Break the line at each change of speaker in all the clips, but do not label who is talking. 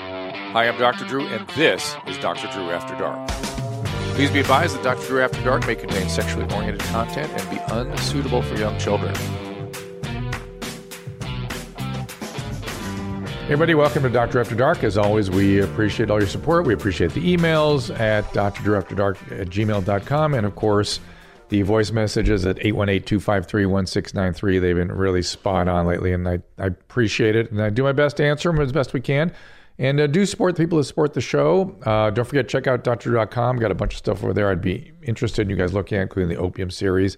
Hi, I'm Dr. Drew, and this is Dr. Drew After Dark. Please be advised that Dr. Drew After Dark may contain sexually oriented content and be unsuitable for young children. Hey everybody, welcome to Dr. After Dark. As always, we appreciate all your support. We appreciate the emails at drdrewafterdark at gmail.com and, of course, the voice messages at 818-253-1693. They've been really spot on lately, and I, I appreciate it. And I do my best to answer them as best we can. And uh, do support the people that support the show. Uh, don't forget, check out drdrew.com. Got a bunch of stuff over there I'd be interested in you guys looking at, including the Opium series.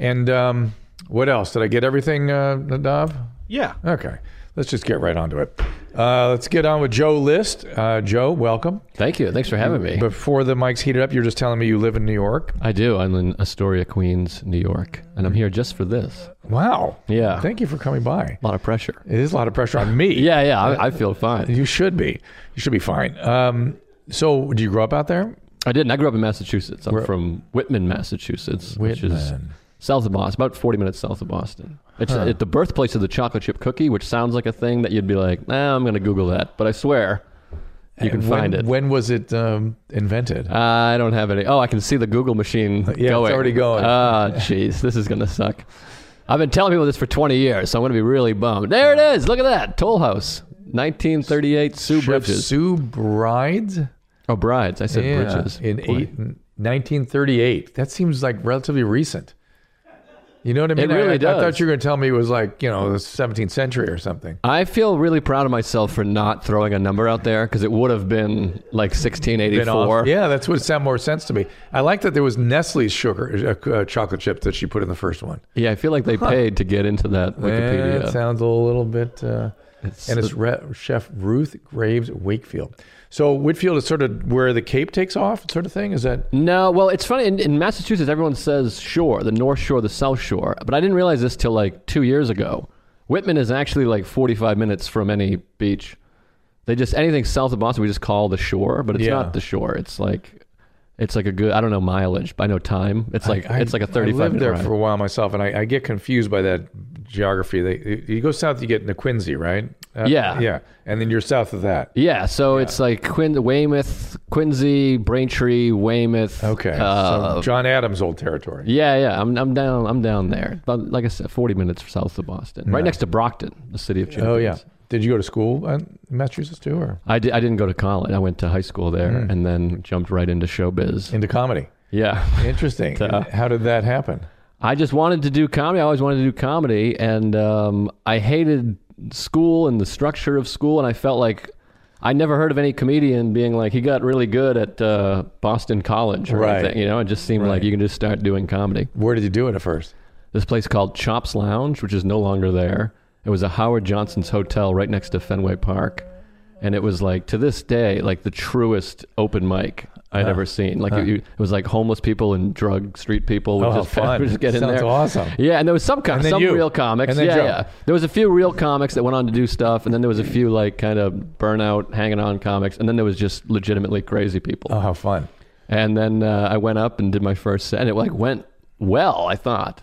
And um, what else? Did I get everything, uh, Nadav?
Yeah.
Okay. Let's just get right onto it. Uh, let's get on with Joe List. Uh, Joe, welcome.
Thank you. Thanks for having me.
Before the mic's heated up, you're just telling me you live in New York.
I do. I'm in Astoria, Queens, New York, and I'm here just for this.
Wow.
Yeah.
Thank you for coming by.
A lot of pressure.
It is a lot of pressure on me.
Yeah, yeah. I, I feel fine.
You should be. You should be fine. Um, so, did you grow up out there?
I didn't. I grew up in Massachusetts. I'm from Whitman, Massachusetts, which is
Whitman.
south of Boston, about 40 minutes south of Boston. It's at the birthplace of the chocolate chip cookie, which sounds like a thing that you'd be like, nah, I'm going to Google that. But I swear, you can
And Uh, when,
find it. Uh,
When was it um, invented?
I don't have any. Oh, I can see the Google machine
it's
going.
already going.
Ah, jeez, this is gonna suck. I've been telling people this for 20 years, so I'm gonna be really bummed. There it is. Look at that. Toll House, 1938. Sue
Chef
Bridges.
Sue Brides?
oh, Brides. I said Bridges.
In
Boy.
eight, 1938. That seems like relatively recent. You know what I mean? I-
really
I, I thought
does.
you were going to tell me it was like, you know, the 17th century or something.
I feel really proud of myself for not throwing a number out there because it would have been like 1684.
been off. Yeah, that's what sound more sense to me. I like that there was Nestle's sugar uh, uh, chocolate chip that she put in the first one.
Yeah, I feel like they paid to get into that
Eh,
Wikipedia.
It sounds a little bit. Uh,
It's-
and it's Re- Chef Ruth Graves Wakefield. So Whitfield is sort of where the Cape takes off, sort of thing. Is that
No, well, it's funny. In, in Massachusetts, everyone says shore, the North Shore, the South Shore. But I didn't realize this till like two years ago. Whitman is actually like 45 minutes from any beach. They just anything south of Boston, we just call the shore, but it's
Yeah.
not the shore. It's like it's like a good. I don't know mileage, but I know time. It's like
I-
it's like a 35
I lived
minute
there
ride.
for a while myself, and I, I get confused by that geography. They, you go south, you get into Quincy, right? Uh,
Yeah.
yeah, and then you're south of that.
yeah, so it's like Quin- Weymouth, Quincy, Braintree, Weymouth.
Okay,
uh,
so John Adams' old territory.
Yeah, yeah, I'm, I'm down. I'm down there. But like I said, 40 minutes south of Boston, right next to Brockton, the city of champions.
Oh yeah. Did you go to school in Massachusetts too, or
I, di- I didn't go to college. I went to high school there
Hmm.
and then jumped right into showbiz.
into comedy?
Yeah,
Interesting. How did that happen?
I just wanted to do comedy. I always wanted to do comedy, and um, I hated school and the structure of school. And I felt like I never heard of any comedian being like he got really good at uh, Boston College or
Right.
anything. You know, it just seemed like you can just start doing comedy.
Where did you do it at first?
this place called Chops Lounge, which is no longer there. It was a Howard Johnson's hotel right next to Fenway Park. And it was like, to this day, like the truest open mic I'd ever seen. Like it, it was like homeless people and drug street people would
Oh, how
just,
fun.
would just get in
Sounds
there.
awesome.
Yeah, and there was some com-
then
some
you.
real comics.
And then
yeah,
Joe.
yeah. There was a few real comics that went on to do stuff, and then there was a few like kind of burnout, hanging on comics, and then there was just legitimately crazy people.
Oh, how fun!
And then uh, I went up and did my first set, and it like went well. I thought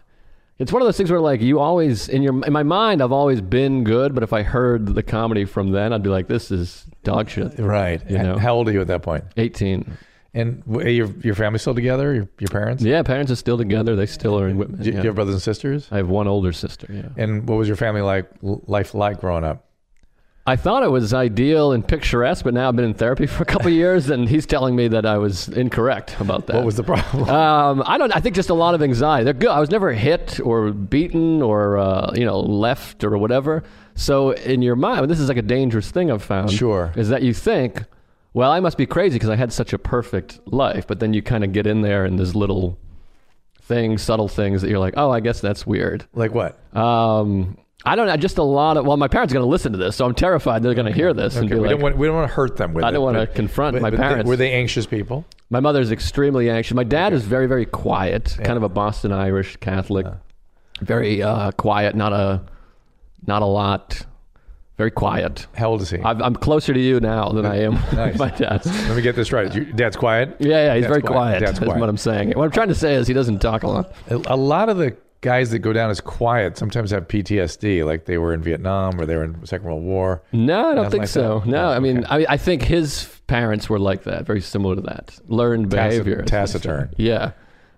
it's one of those things where like you always in your in my mind I've always been good, but if I heard the comedy from then, I'd be like, this is dog shit.
Right.
You know.
How old are you at that point?
Eighteen.
And w- your your family still together? Your, your parents?
Yeah, parents are still together. They still are in Whitman.
Do you, do
yeah.
you have brothers and sisters?
I have one older sister. Yeah.
And what was your family like? l- Life like growing up?
I thought it was ideal and picturesque, but now I've been in therapy for a couple of years, and he's telling me that I was incorrect about that.
What was the problem?
Um, I don't. I think just a lot of anxiety. They're good. I was never hit or beaten or uh, you know left or whatever. So in your mind, this is like a dangerous thing I've found.
Sure.
is that you think, well, I must be crazy because I had such a perfect life, but then you kind of get in there and there's little things, subtle things that you're like, oh, I guess that's weird.
like what?
Um, I don't know. Just a lot of. Well, my parents are going to listen to this, so I'm terrified they're going to hear this and
Okay,
be
we
like,
don't want we don't want to hurt them with
I
it,
don't want to
but-
confront
but-
my
but they-
parents.
were they anxious people?
My mother's extremely anxious. My dad is very, very quiet, kind of a Boston Irish Catholic,
Uh.
very uh, quiet, not a, not a lot, very quiet.
How old is he?
I've, I'm closer to you now than I am
Nice.
my dad.
Let me get this right. Your dad's quiet.
Yeah, yeah, he's
Dad's
very quiet.
Dad's
That's what I'm saying. What I'm trying to say is he doesn't talk a lot.
A a lot of the guys that go down as quiet sometimes have PTSD, like they were in Vietnam or they were in Second World War.
No, I don't
Nothing
think
like
so.
that?
No,
Oh,
I mean,
okay.
I, I think his parents were like that, very similar to that. Learned
Tacit-
behavior.
taciturn.
Yeah.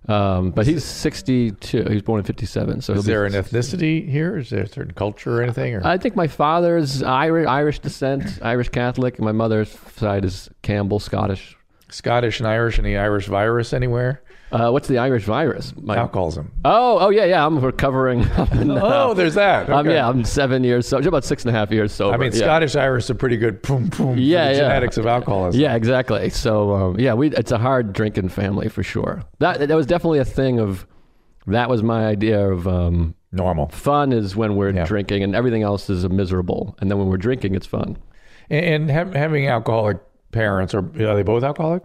Um, but he's 62. He was born in 57. So he'll
Is there
be,
an ethnicity here? Is there a certain culture or anything? Or
I think my father's Irish, Irish descent, Irish Catholic, and my mother's side is Campbell, Scottish.
Scottish and Irish? Any Irish virus anywhere?
Uh, what's the Irish virus? My,
Alcoholism.
Oh, oh yeah, yeah. I'm recovering. up in-
Oh, there's that.
um,
Okay.
yeah, I'm seven years so about six and a half years sober.
I mean,
yeah.
Scottish Irish are pretty good. Boom, boom.
Yeah,
the
yeah.
Genetics of alcoholism.
Yeah, exactly. So um, yeah, we it's a hard drinking family for sure. That that was definitely a thing of that was my idea of um,
Normal.
fun is when we're
Yeah.
drinking and everything else is miserable, and then when we're drinking, it's fun.
And, and ha- having alcoholic parents, or are they both alcoholic?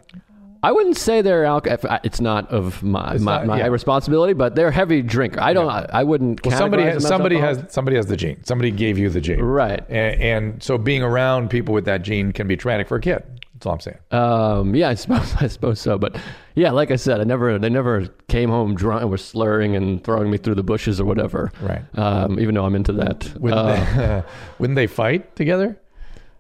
I wouldn't say they're alcohol. It's not of my my,
not-
my
yeah.
responsibility, but they're heavy drinker. I don't. I, I wouldn't.
Well, somebody
categorize them
has,
as
somebody
alcoholic.
has somebody has the gene. Somebody gave you the gene,
Right.
A- And, so being around people with that gene can be traumatic for a kid. That's all I'm saying.
Um, yeah, I suppose I suppose so. But yeah, like I said, I never they never came home drunk and were slurring and throwing me through the bushes or whatever.
Right.
Um, even though I'm into that.
Wouldn't,
Uh,
they, wouldn't they fight together?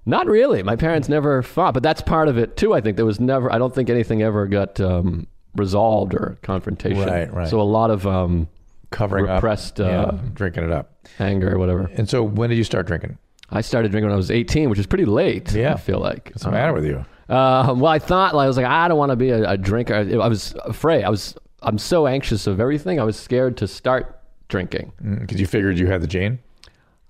Not really. My parents never fought, but that's part of it too. I think there was never. I don't think anything ever got um, resolved or confrontation.
Right, right.
So a lot of um,
Covering
Repressed,
up, yeah,
uh,
drinking it up.
anger or whatever.
And so when did you start drinking?
I started drinking when I was 18, which is pretty late.
Yeah.
I feel like.
What's the matter with you?
Uh, well, I thought like, I was like, I don't want to be a, a drinker. I, I was afraid. I was. I'm so anxious of everything. I was scared to start drinking.
Because Mm, you figured you had the gene.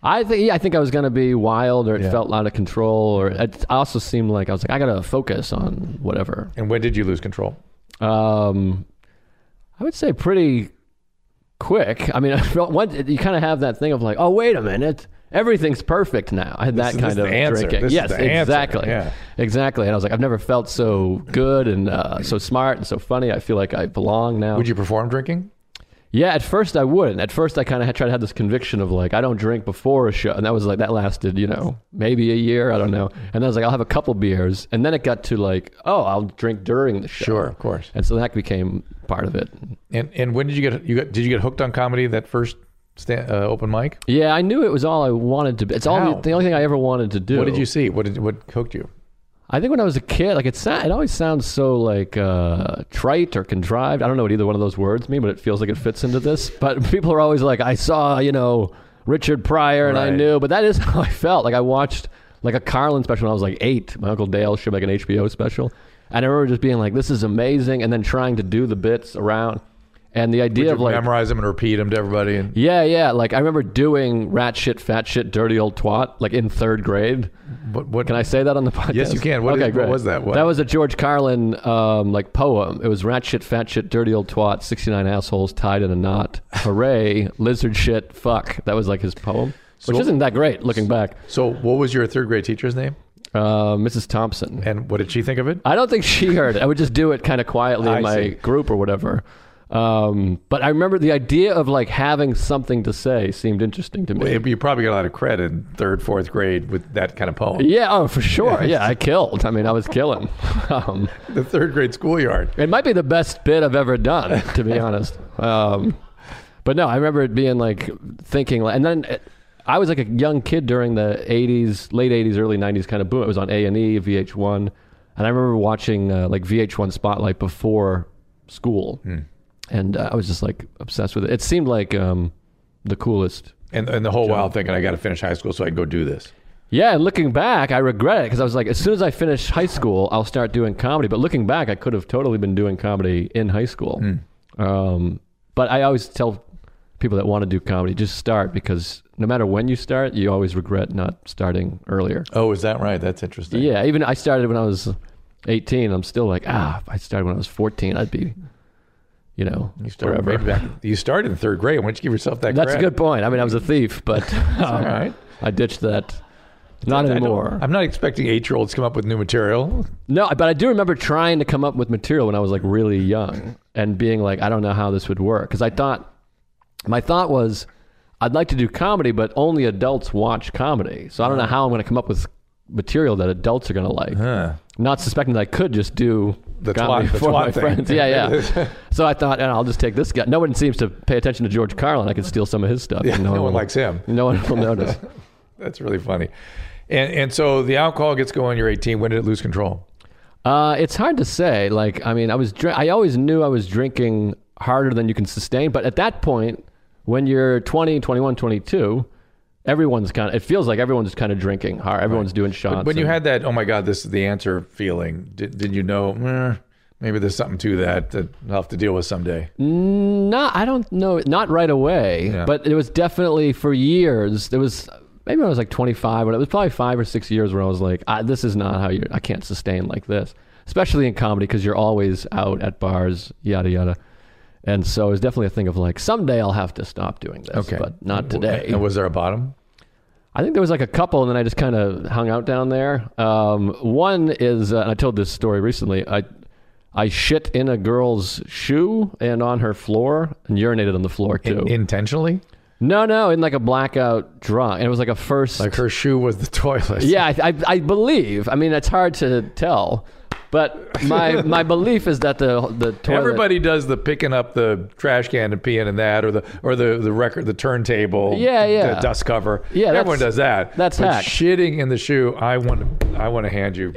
I think. Yeah, I think I was gonna be wild, or it
Yeah.
felt out of control, or it also seemed like I was like, I gotta focus on whatever.
And when did you lose control?
Um, I would say pretty quick. I mean, I felt once you kind of have that thing of like, oh, wait a minute, everything's perfect now. I had that
is-
kind
this is
of
the answer.
drinking.
This is
yes,
the answer.
exactly,
Yeah.
exactly. And I was like, I've never felt so good and uh, so smart and so funny. I feel like I belong now.
Would you perform drinking?
yeah, at first I wouldn't. At first I kind of had tried to have this conviction of like, I don't drink before a show, and that was like that lasted, you know, maybe a year. I don't know. And I was like, I'll have a couple beers, and then it got to like, oh, I'll drink during the show.
of course.
And so that became part of it.
And and when did you get you got did you get hooked on comedy that first sta uh, open mic?
Yeah, I knew it was all I wanted to be. It's all
How?
the, the only thing I ever wanted to do.
What did you see? What did what hooked you?
I think when I was a kid, like it, sa- it always sounds so like uh, trite or contrived. I don't know what either one of those words mean, but it feels like it fits into this. But people are always like, I saw, you know, Richard Pryor and I
Right.
knew, but that is how I felt. Like I watched like a Carlin special when I was like eight. My Uncle Dale showed like an HBO special. And I remember just being like, this is amazing. And then trying to do the bits around. And the idea
Did
of
you
like
memorize them and repeat them to everybody? And
Yeah, yeah. Like I remember doing rat shit, fat shit, dirty old twat, like in third grade.
what what
Can I say that on the podcast?
Yes, you can. What
okay,
is- what
great.
was that? What-
That was a George Carlin um, like poem. It was rat shit, fat shit, dirty old twat, sixty nine assholes tied in a knot. Hooray, lizard shit, fuck. That was like his poem,
So-
which isn't that great looking back.
So what was your third grade teacher's name?
Uh, Mrs. Thompson.
And what did she think of it?
I don't think she heard it. I would just do it kind of quietly
I
in my
see.
group or whatever. Um, but I remember the idea of like having something to say seemed interesting to me.
Well, You probably got a lot of credit in third, fourth grade with that kind of poem.
Yeah, oh, for sure. Yeah, I killed. I mean, I was killing. Um,
The third grade schoolyard.
it might be the best bit I've ever done, to be honest. Um, but no, I remember it being like thinking, like, and then uh, I was like a young kid during the '80s, late '80s, early '90s kind of boom. It was on A and E, VH1, and I remember watching uh, like VH1 Spotlight before school, and uh, I was just like obsessed with it. It seemed like um, the coolest
And, and the whole while thinking, I got to finish high school so I can go do this.
Yeah, and looking back, I regret it because I was like, as soon as I finish high school, I'll start doing comedy. But looking back, I could have totally been doing comedy in high school.
Hmm.
Um, but I always tell people that want to do comedy, just start because no matter when you start, you always regret not starting earlier.
Oh, is that right? That's interesting.
Yeah, even I started when I was 18. I'm still like, ah, if I started when I was 14, I'd be, you know,
You started,
wherever.
way back- you started in third grade. Why don't you give yourself that
That's a
credit?
good point. I mean, I was a thief, but
All
um,
right.
I ditched that. Not
I don't-
anymore.
I'm not expecting eight year olds to come up with new material.
No, but I do remember trying to come up with material when I was like really young and being like, I don't know how this would work. Because I thought, my thought was, I'd like to do comedy, but only adults watch comedy. So I don't know how I'm going to come up with material that adults are going to like.
Huh.
Not suspecting that I could just do
Uh-huh. the
got me
twat, the
for my
twat thing.
friends. Yeah, yeah. so I thought, and I'll just take this guy. No one seems to pay attention to George Carlin. I could steal some of his stuff.
Yeah,
and
no
will-
one likes him.
No one will notice.
That's really funny. And and so the alcohol gets going. You're 18. When did it lose control?
Uh, it's hard to say. Like, I mean, I was dr- I always knew I was drinking harder than you can sustain. But at that point, when you're 20, 21, 22, everyone's kind of. It feels like everyone's kind of drinking hard. Everyone's doing shots.
When you
and-
had that, oh my God, this is the answer feeling. Did, did you know? "Eh, maybe there's something to that that I'll have to deal with someday.
No, I don't know. Not right away,
Yeah.
but it was definitely for years. There was maybe when I was like 25, but it was probably five or six years where I was like, I, "This is not how you. I can't sustain like this." Especially in comedy, because you're always out at bars, yada yada. And so it was definitely a thing of like, someday I'll have to stop doing this,
Okay.
but not
W-
today.
And was there a bottom?
I think there was like a couple, and then I just kind of hung out down there. Um, one is, uh, and I told this story recently. I I shit in a girl's shoe and on her floor, and urinated on the floor too.
Intentionally?
no, no, in like a blackout drunk, and it was like a first.
Like her shoe was the toilet.
yeah, I, I, I believe. I mean, it's hard to tell, but my my belief is that the the toilet.
Everybody does the picking up the trash can and peeing in that, or the or the the record, the turntable,
Yeah, yeah.
the dust cover.
Yeah, that's-
everyone does that.
that's
but
hack.
shitting in the shoe. I want to I want to hand you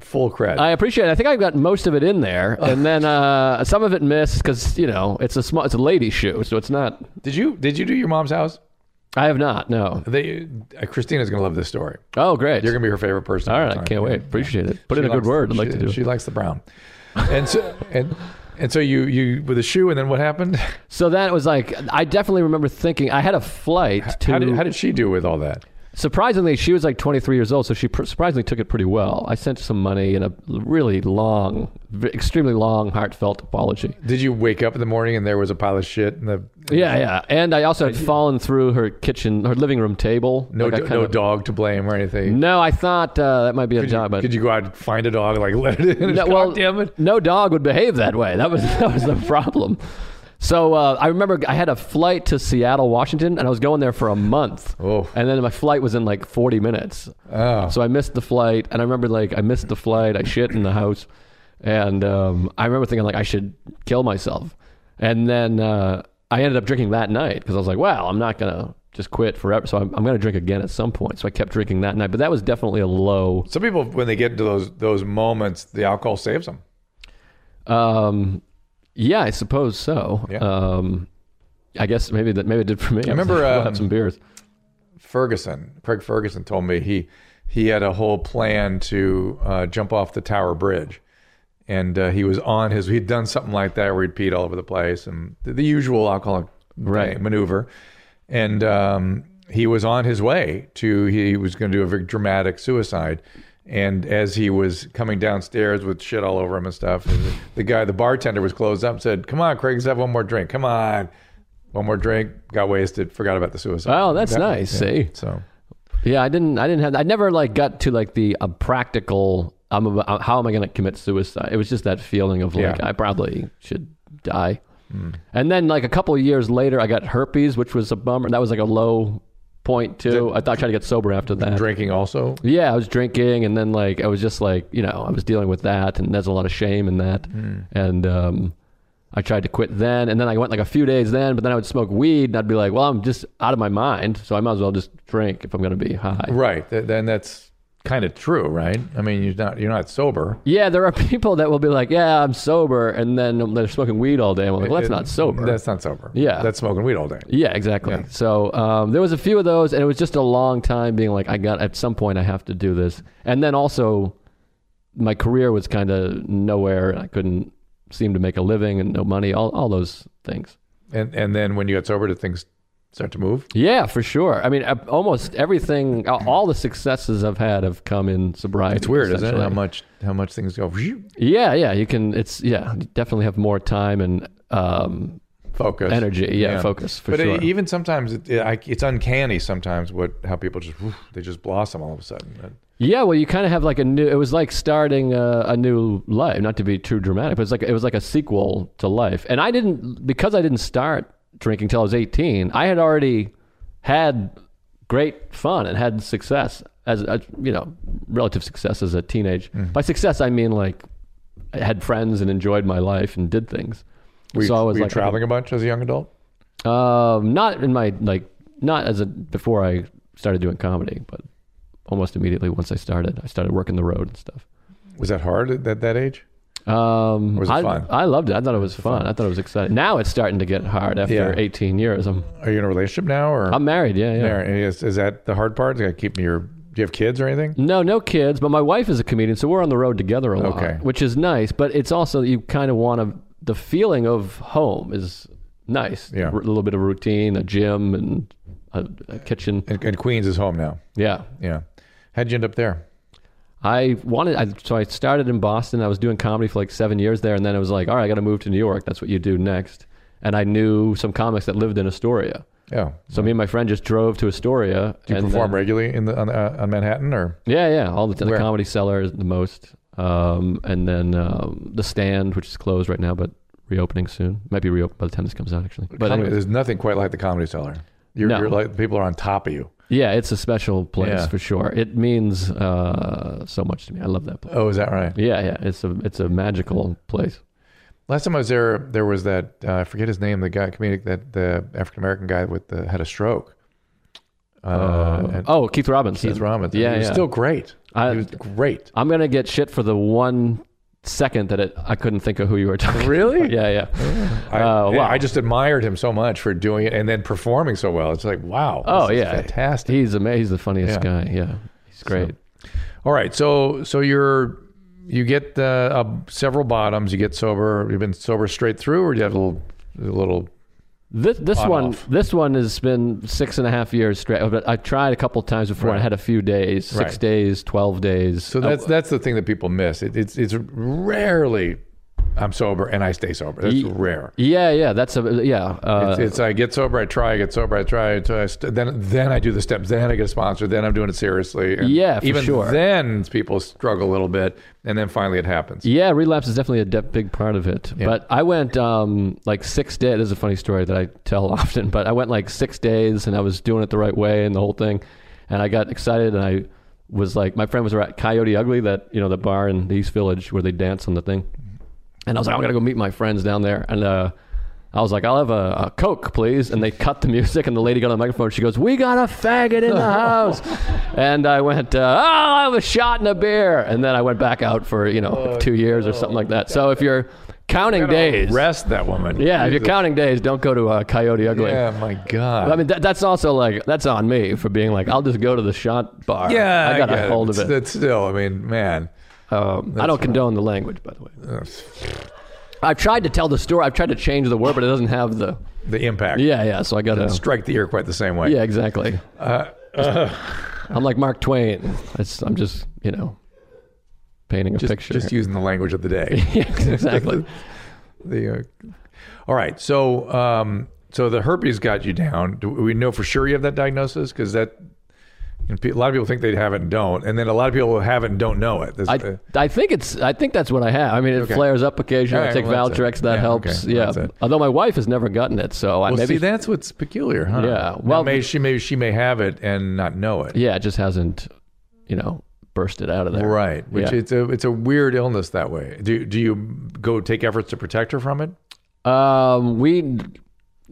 full credit.
I appreciate it. I think I got most of it in there, and then uh, some of it missed because you know it's a small, it's a lady shoe, so it's not.
did you did you do your mom's house?
I have not. No.
They uh, Christina's gonna love this story.
Oh, great.
You're gonna be her favorite person.
All
of all
right, I
time.
can't wait. Appreciate it. Put in a good
likes-
word. I'd like
she,
to do.
She
it.
likes the brown, and so and and so you you with a shoe, and then what happened?
So that was like I definitely remember thinking I had a flight to.
How did, how did she do with all that?
surprisingly, she was like 23 years old, so she pr- surprisingly took it pretty well. I sent some money and a really long, v- extremely long, heartfelt apology.
Did you wake up in the morning and there was a pile of shit in the
Yeah, yeah. And I also had fallen through her kitchen, her living room table.
no
Like, I
do- no
kind of-
dog to blame or anything?
No, I thought uh, that might be a
Could you,
dog, but
could you go out and find a dog and like let it in?
No,
God
well,
damn it!
no dog would behave that way. That was that was the problem. So uh, I remember I had a flight to Seattle, Washington, and I was going there for a month.
Oh.
And then my flight was in like 40 minutes.
Oh.
So I missed the flight, and I remember like I missed the flight. I shit in the house, and um, I remember thinking like I should kill myself. And then uh, I ended up drinking that night because I was like, well, I'm not gonna just quit forever. So I'm, I'm gonna drink again at some point. So I kept drinking that night, but that was definitely a low.
Some people when they get into those those moments, the alcohol saves them.
Um, yeah, I suppose so.
Yeah.
Um, I guess maybe that maybe it did for me. I
remember,
I'll
um,
have some beers.
Ferguson, Craig Ferguson, told me he he had a whole plan to uh, jump off the Tower Bridge, and uh, he was on his. He'd done something like that where he'd peed all over the place and the, the usual alcoholic
Right.
maneuver, and um, he was on his way to. He was going to do a very dramatic suicide. And as he was coming downstairs with shit all over him and stuff, the- the guy, the bartender, was closed up. and Said, "Come on, Craig, let's have one more drink. Come on, one more drink." Got wasted, forgot about the suicide.
Oh, that's
That-
nice. See,
So
yeah, I didn't, I didn't have, I never like got to like the uh, practical. I'm about, how am I going to commit suicide? It was just that feeling of like
Yeah. Hmm.
I probably should die. And then like a couple of years later, I got herpes, which was a bummer. That was like a low point too. I thought I tried to get sober after that.
drinking also.
Yeah, I was drinking, and then like I was just like you know I was dealing with that, and there's a lot of shame in that,
Mm.
and um, I tried to quit then, and then I went like a few days then, but then I would smoke weed, and I'd be like, well, I'm just out of my mind, so I might as well just drink if I'm gonna be high.
Right. Th- then that's kind of true, right? I mean, you're not you're not sober.
Yeah, there are people that will be like, yeah, I'm sober, and then they're smoking weed all day. I'm like, well, that's
It-
not sober.
That's not sober.
Yeah.
That's smoking weed all day.
yeah, exactly. So um, there was a few of those, and it was just a long time being like, I got at some point I have to do this, and then also my career was kind of nowhere, and I couldn't seem to make a living and no money, all all those things.
And and then when you got sober, did things start to move?
Yeah, for sure. I mean, uh, almost everything, all- all the successes I've had have come in sobriety.
It's weird, isn't it?
essentially.
How much how much things go whew,
Yeah, yeah. You can. It's yeah. you Definitely have more time and um,
focus
energy. Yeah, focus for
but uh,
sure.
it, even sometimes it, it, I, it's uncanny sometimes what how people just whew, they just blossom all of a sudden. Uh,
Yeah, well, you kind of have like a new. It was like starting a, a new life. Not to be too dramatic, but it's like it was like a sequel to life. And I didn't because I didn't start drinking till I was eighteen. I had already had great fun and had uh,
Mm-hmm.
success as a, you know relative success as a teenage. By success, I mean like I had friends and enjoyed my life and did things.
Were you,
so I was
were you
like
traveling a bunch as a young adult?
Um, not in my like, not as a before I started doing comedy, but almost immediately once I started, I started working the road and stuff.
Was that hard at that, that age?
Um,
Or was it
I,
fun?
I loved it. I thought it was fun. I thought it was exciting. Now it's starting to get hard after
Yeah.
18 years. I'm
Are you in a relationship now, or
I'm married. Yeah, yeah.
there? And is, is that the hard part? Is that keeping your? Do you have kids or anything?
No, no kids, but my wife is a comedian, so we're on the road together a lot,
Okay.
which is nice. But it's also you kind of want to. The feeling of home is nice.
Yeah.
a little bit of routine, a gym, and a, a kitchen.
And, and Queens is home now.
Yeah,
Yeah. How'd you end up there?
I wanted. I, so I started in Boston. I was doing comedy for like seven years there, and then it was like, all right, I got to move to New York. That's what you do next. And I knew some comics that lived in Astoria,
Oh,
so me and my friend just drove to Astoria.
do you
and
perform
then-
regularly in the on, uh, on Manhattan or?
Yeah, yeah. All the, the
Where?
comedy cellar is the most. Um, and then um, the stand, which is closed right now, but reopening soon. Might be reopened by the time this comes out, actually. But
Comedy-
anyway,
there's nothing quite like the Comedy Cellar. You're,
No.
you're like people are on top of you.
yeah, it's a special place
Yeah.
for sure. It means uh, so much to me. I love that place.
Oh, is that right?
Yeah, yeah. It's a it's a magical place.
Last time I was there, there was that uh, I forget his name, the guy comedic that the African American guy with the had a stroke. Uh,
Uh,
and
oh, Keith Robinson.
Keith Robinson.
Yeah,
he was
yeah.
still great.
I-
he was great.
I'm gonna get shit for the one second that it, I couldn't think of who you were talking.
Really?
about. Yeah, yeah.
I,
Oh,
yeah,
wow.
I just admired him so much for doing it and then performing so well. It's like wow.
Oh,
this is
yeah.
fantastic.
He's amazing. He's the funniest
Yeah.
guy. Yeah, he's great.
All right, so so you're you get the uh, several bottoms. You get sober. You've been sober straight through, or you have a little a little.
This this
On
one
off.
this one has been six and a half years straight. But I tried a couple times before. and
Right.
I had a few days, six
Right.
days, twelve days. Uh,
So that's that's the thing that people miss. It, it's it's rarely I'm sober and I stay sober. That's
Ye-
rare.
yeah, yeah. That's a yeah. Uh,
It's, it's I get sober, I try, I get sober, I try, I try I st- then then I do the steps, then I get a sponsor, then I'm doing it seriously. And
Yeah, for
even
sure.
then people struggle a little bit, and then finally it happens.
yeah, relapse is definitely a de- big part of it. But I went um, like six days. This is a funny story that I tell often. But I went like six days, and I was doing it the right way and the whole thing. And I got excited, and I was like, my friend was at Coyote Ugly, that you know, the bar in the East Village where they dance on the thing. And I was like, I'm gonna go meet my friends down there. And uh, I was like, I'll have a, a Coke, please. And they cut the music, and the lady got on the microphone. She goes, We got a faggot in the house. and I went, uh, Oh, I have a shot and a beer. And then I went back out for you know
Oh,
two years or something like that. So if you're counting days,
Rest that woman.
yeah, if you're
Jesus.
counting days, don't go to uh, Coyote Ugly.
Yeah, my God.
I mean, that, that's also like that's on me for being like, I'll just go to the shot bar.
yeah,
I got
get
a hold of
It's-
it.
It's still, I mean, man.
Um, I don't condone the language, by the way.
Ugh.
I've tried to tell the story. I've tried to change the word, but it doesn't have the.
the impact.
Yeah, yeah. So I gotta.
Strike the ear quite the same way.
Yeah, exactly. I'm like Mark Twain. It's, I'm just you know painting a
Just,
picture.
just using the language of the day.
yeah, exactly.
the, uh, all right. So, um, so the herpes got you down. Do we know for sure you have that diagnosis? Because that, and pe- a lot of people think they have it and don't. And then a lot of people have it and don't know it. That's, uh,
I, I think it's I think that's what I have. I mean, it flares up occasionally.
All
I
right,
take
well, that's it.
Valtrex. That
Yeah,
helps.
okay,
yeah.
that's it.
Although my wife has never gotten it, so I
well,
maybe
see, that's what's peculiar, huh?
Yeah,
Well,
well-
may, she maybe she may have it and not know it.
yeah, it just hasn't you know bursted out of there.
Right. Which
Yeah.
it's a it's a weird illness that way. Do do you go take efforts to protect her from it?
Um, we n-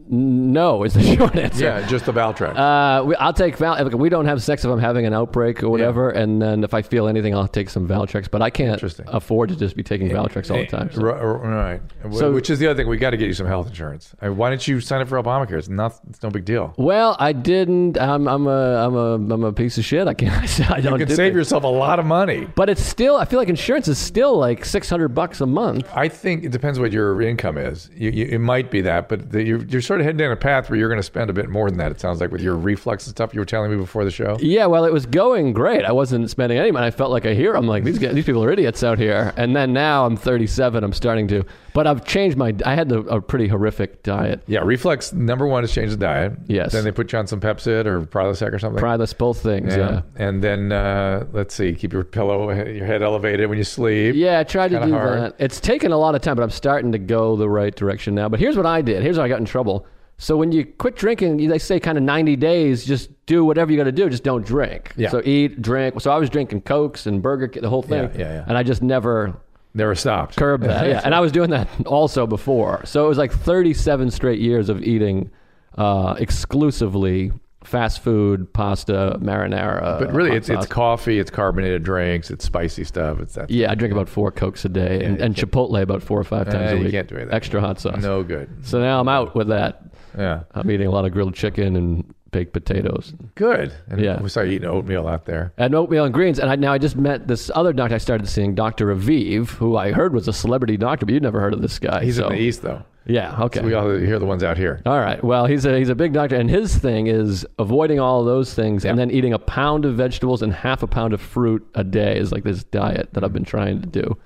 no is the short answer.
Yeah, just the Valtrex.
Uh, we, I'll take Val. if We don't have sex if I'm having an outbreak or whatever, and then if I feel anything, I'll take some Valtrex. But I can't
Interesting.
afford to just be taking Valtrex all the time. so-
Ri- uh, Right.
So-
Which is the other thing. We got to get you some health insurance. I mean, Why don't you sign up for Obamacare? It's not. It's no big deal.
Well, I didn't. I'm, I'm a I'm a I'm a piece of shit. I can't. I don't.
You can
do
save
things.
yourself a lot of money.
But it's still. I feel like insurance is still like six hundred bucks a month.
I think it depends what your income is. You, you, it might be that, but the, you're, you're sort of heading down a path where you're going to spend a bit more than that. It sounds like with your reflux and stuff you were telling me before the show.
Yeah, well, it was going great. I wasn't spending any money. I felt like a hero. I'm like these guys, these people are idiots out here. And then now I'm 37. I'm starting to. But I've changed my. I had the, a pretty horrific diet.
Yeah, reflux number one is change the diet.
Yes.
Then they put you on some Pepsid or Prilosec or something.
Prilus, both things. Yeah. yeah.
And then uh, let's see, keep your pillow, your head elevated when you sleep.
I tried to
Kinda
do
hard.
that. It's taken a lot of time, but I'm starting to go the right direction now. But here's what I did. Here's how I got in trouble. So when you quit drinking, they say kind of 90 days, just do whatever you got to do. Just don't drink.
Yeah.
So eat, drink. So I was drinking Cokes and Burger King, the whole thing.
Yeah, yeah, yeah.
And I just never
Never stopped.
curb that. Yeah, and I was doing that also before. So it was like 37 straight years of eating uh, exclusively fast food, pasta, marinara.
But really,
hot
it's it's
sauce.
coffee, it's carbonated drinks, it's spicy stuff. It's that.
yeah, I drink about four cokes a day and, and Chipotle about four or five times
Uh,
a
you
week.
can't do that.
Extra hot sauce.
No good.
So now I'm out with that.
Yeah.
I'm eating a lot of grilled chicken and baked potatoes
Good. And
Yeah.
We started eating oatmeal out there.
and oatmeal and greens. And I, now I just met this other doctor I started seeing, Dr. Aviv, who I heard was a celebrity doctor, but you'd never heard of this guy.
He's
so.
in the east though.
Yeah, okay.
We all hear the ones out here.
All right. Well, he's a he's a big doctor, and his thing is avoiding all of those things, and then eating a pound of vegetables and half a pound of fruit a day is like this diet that I've been trying to do,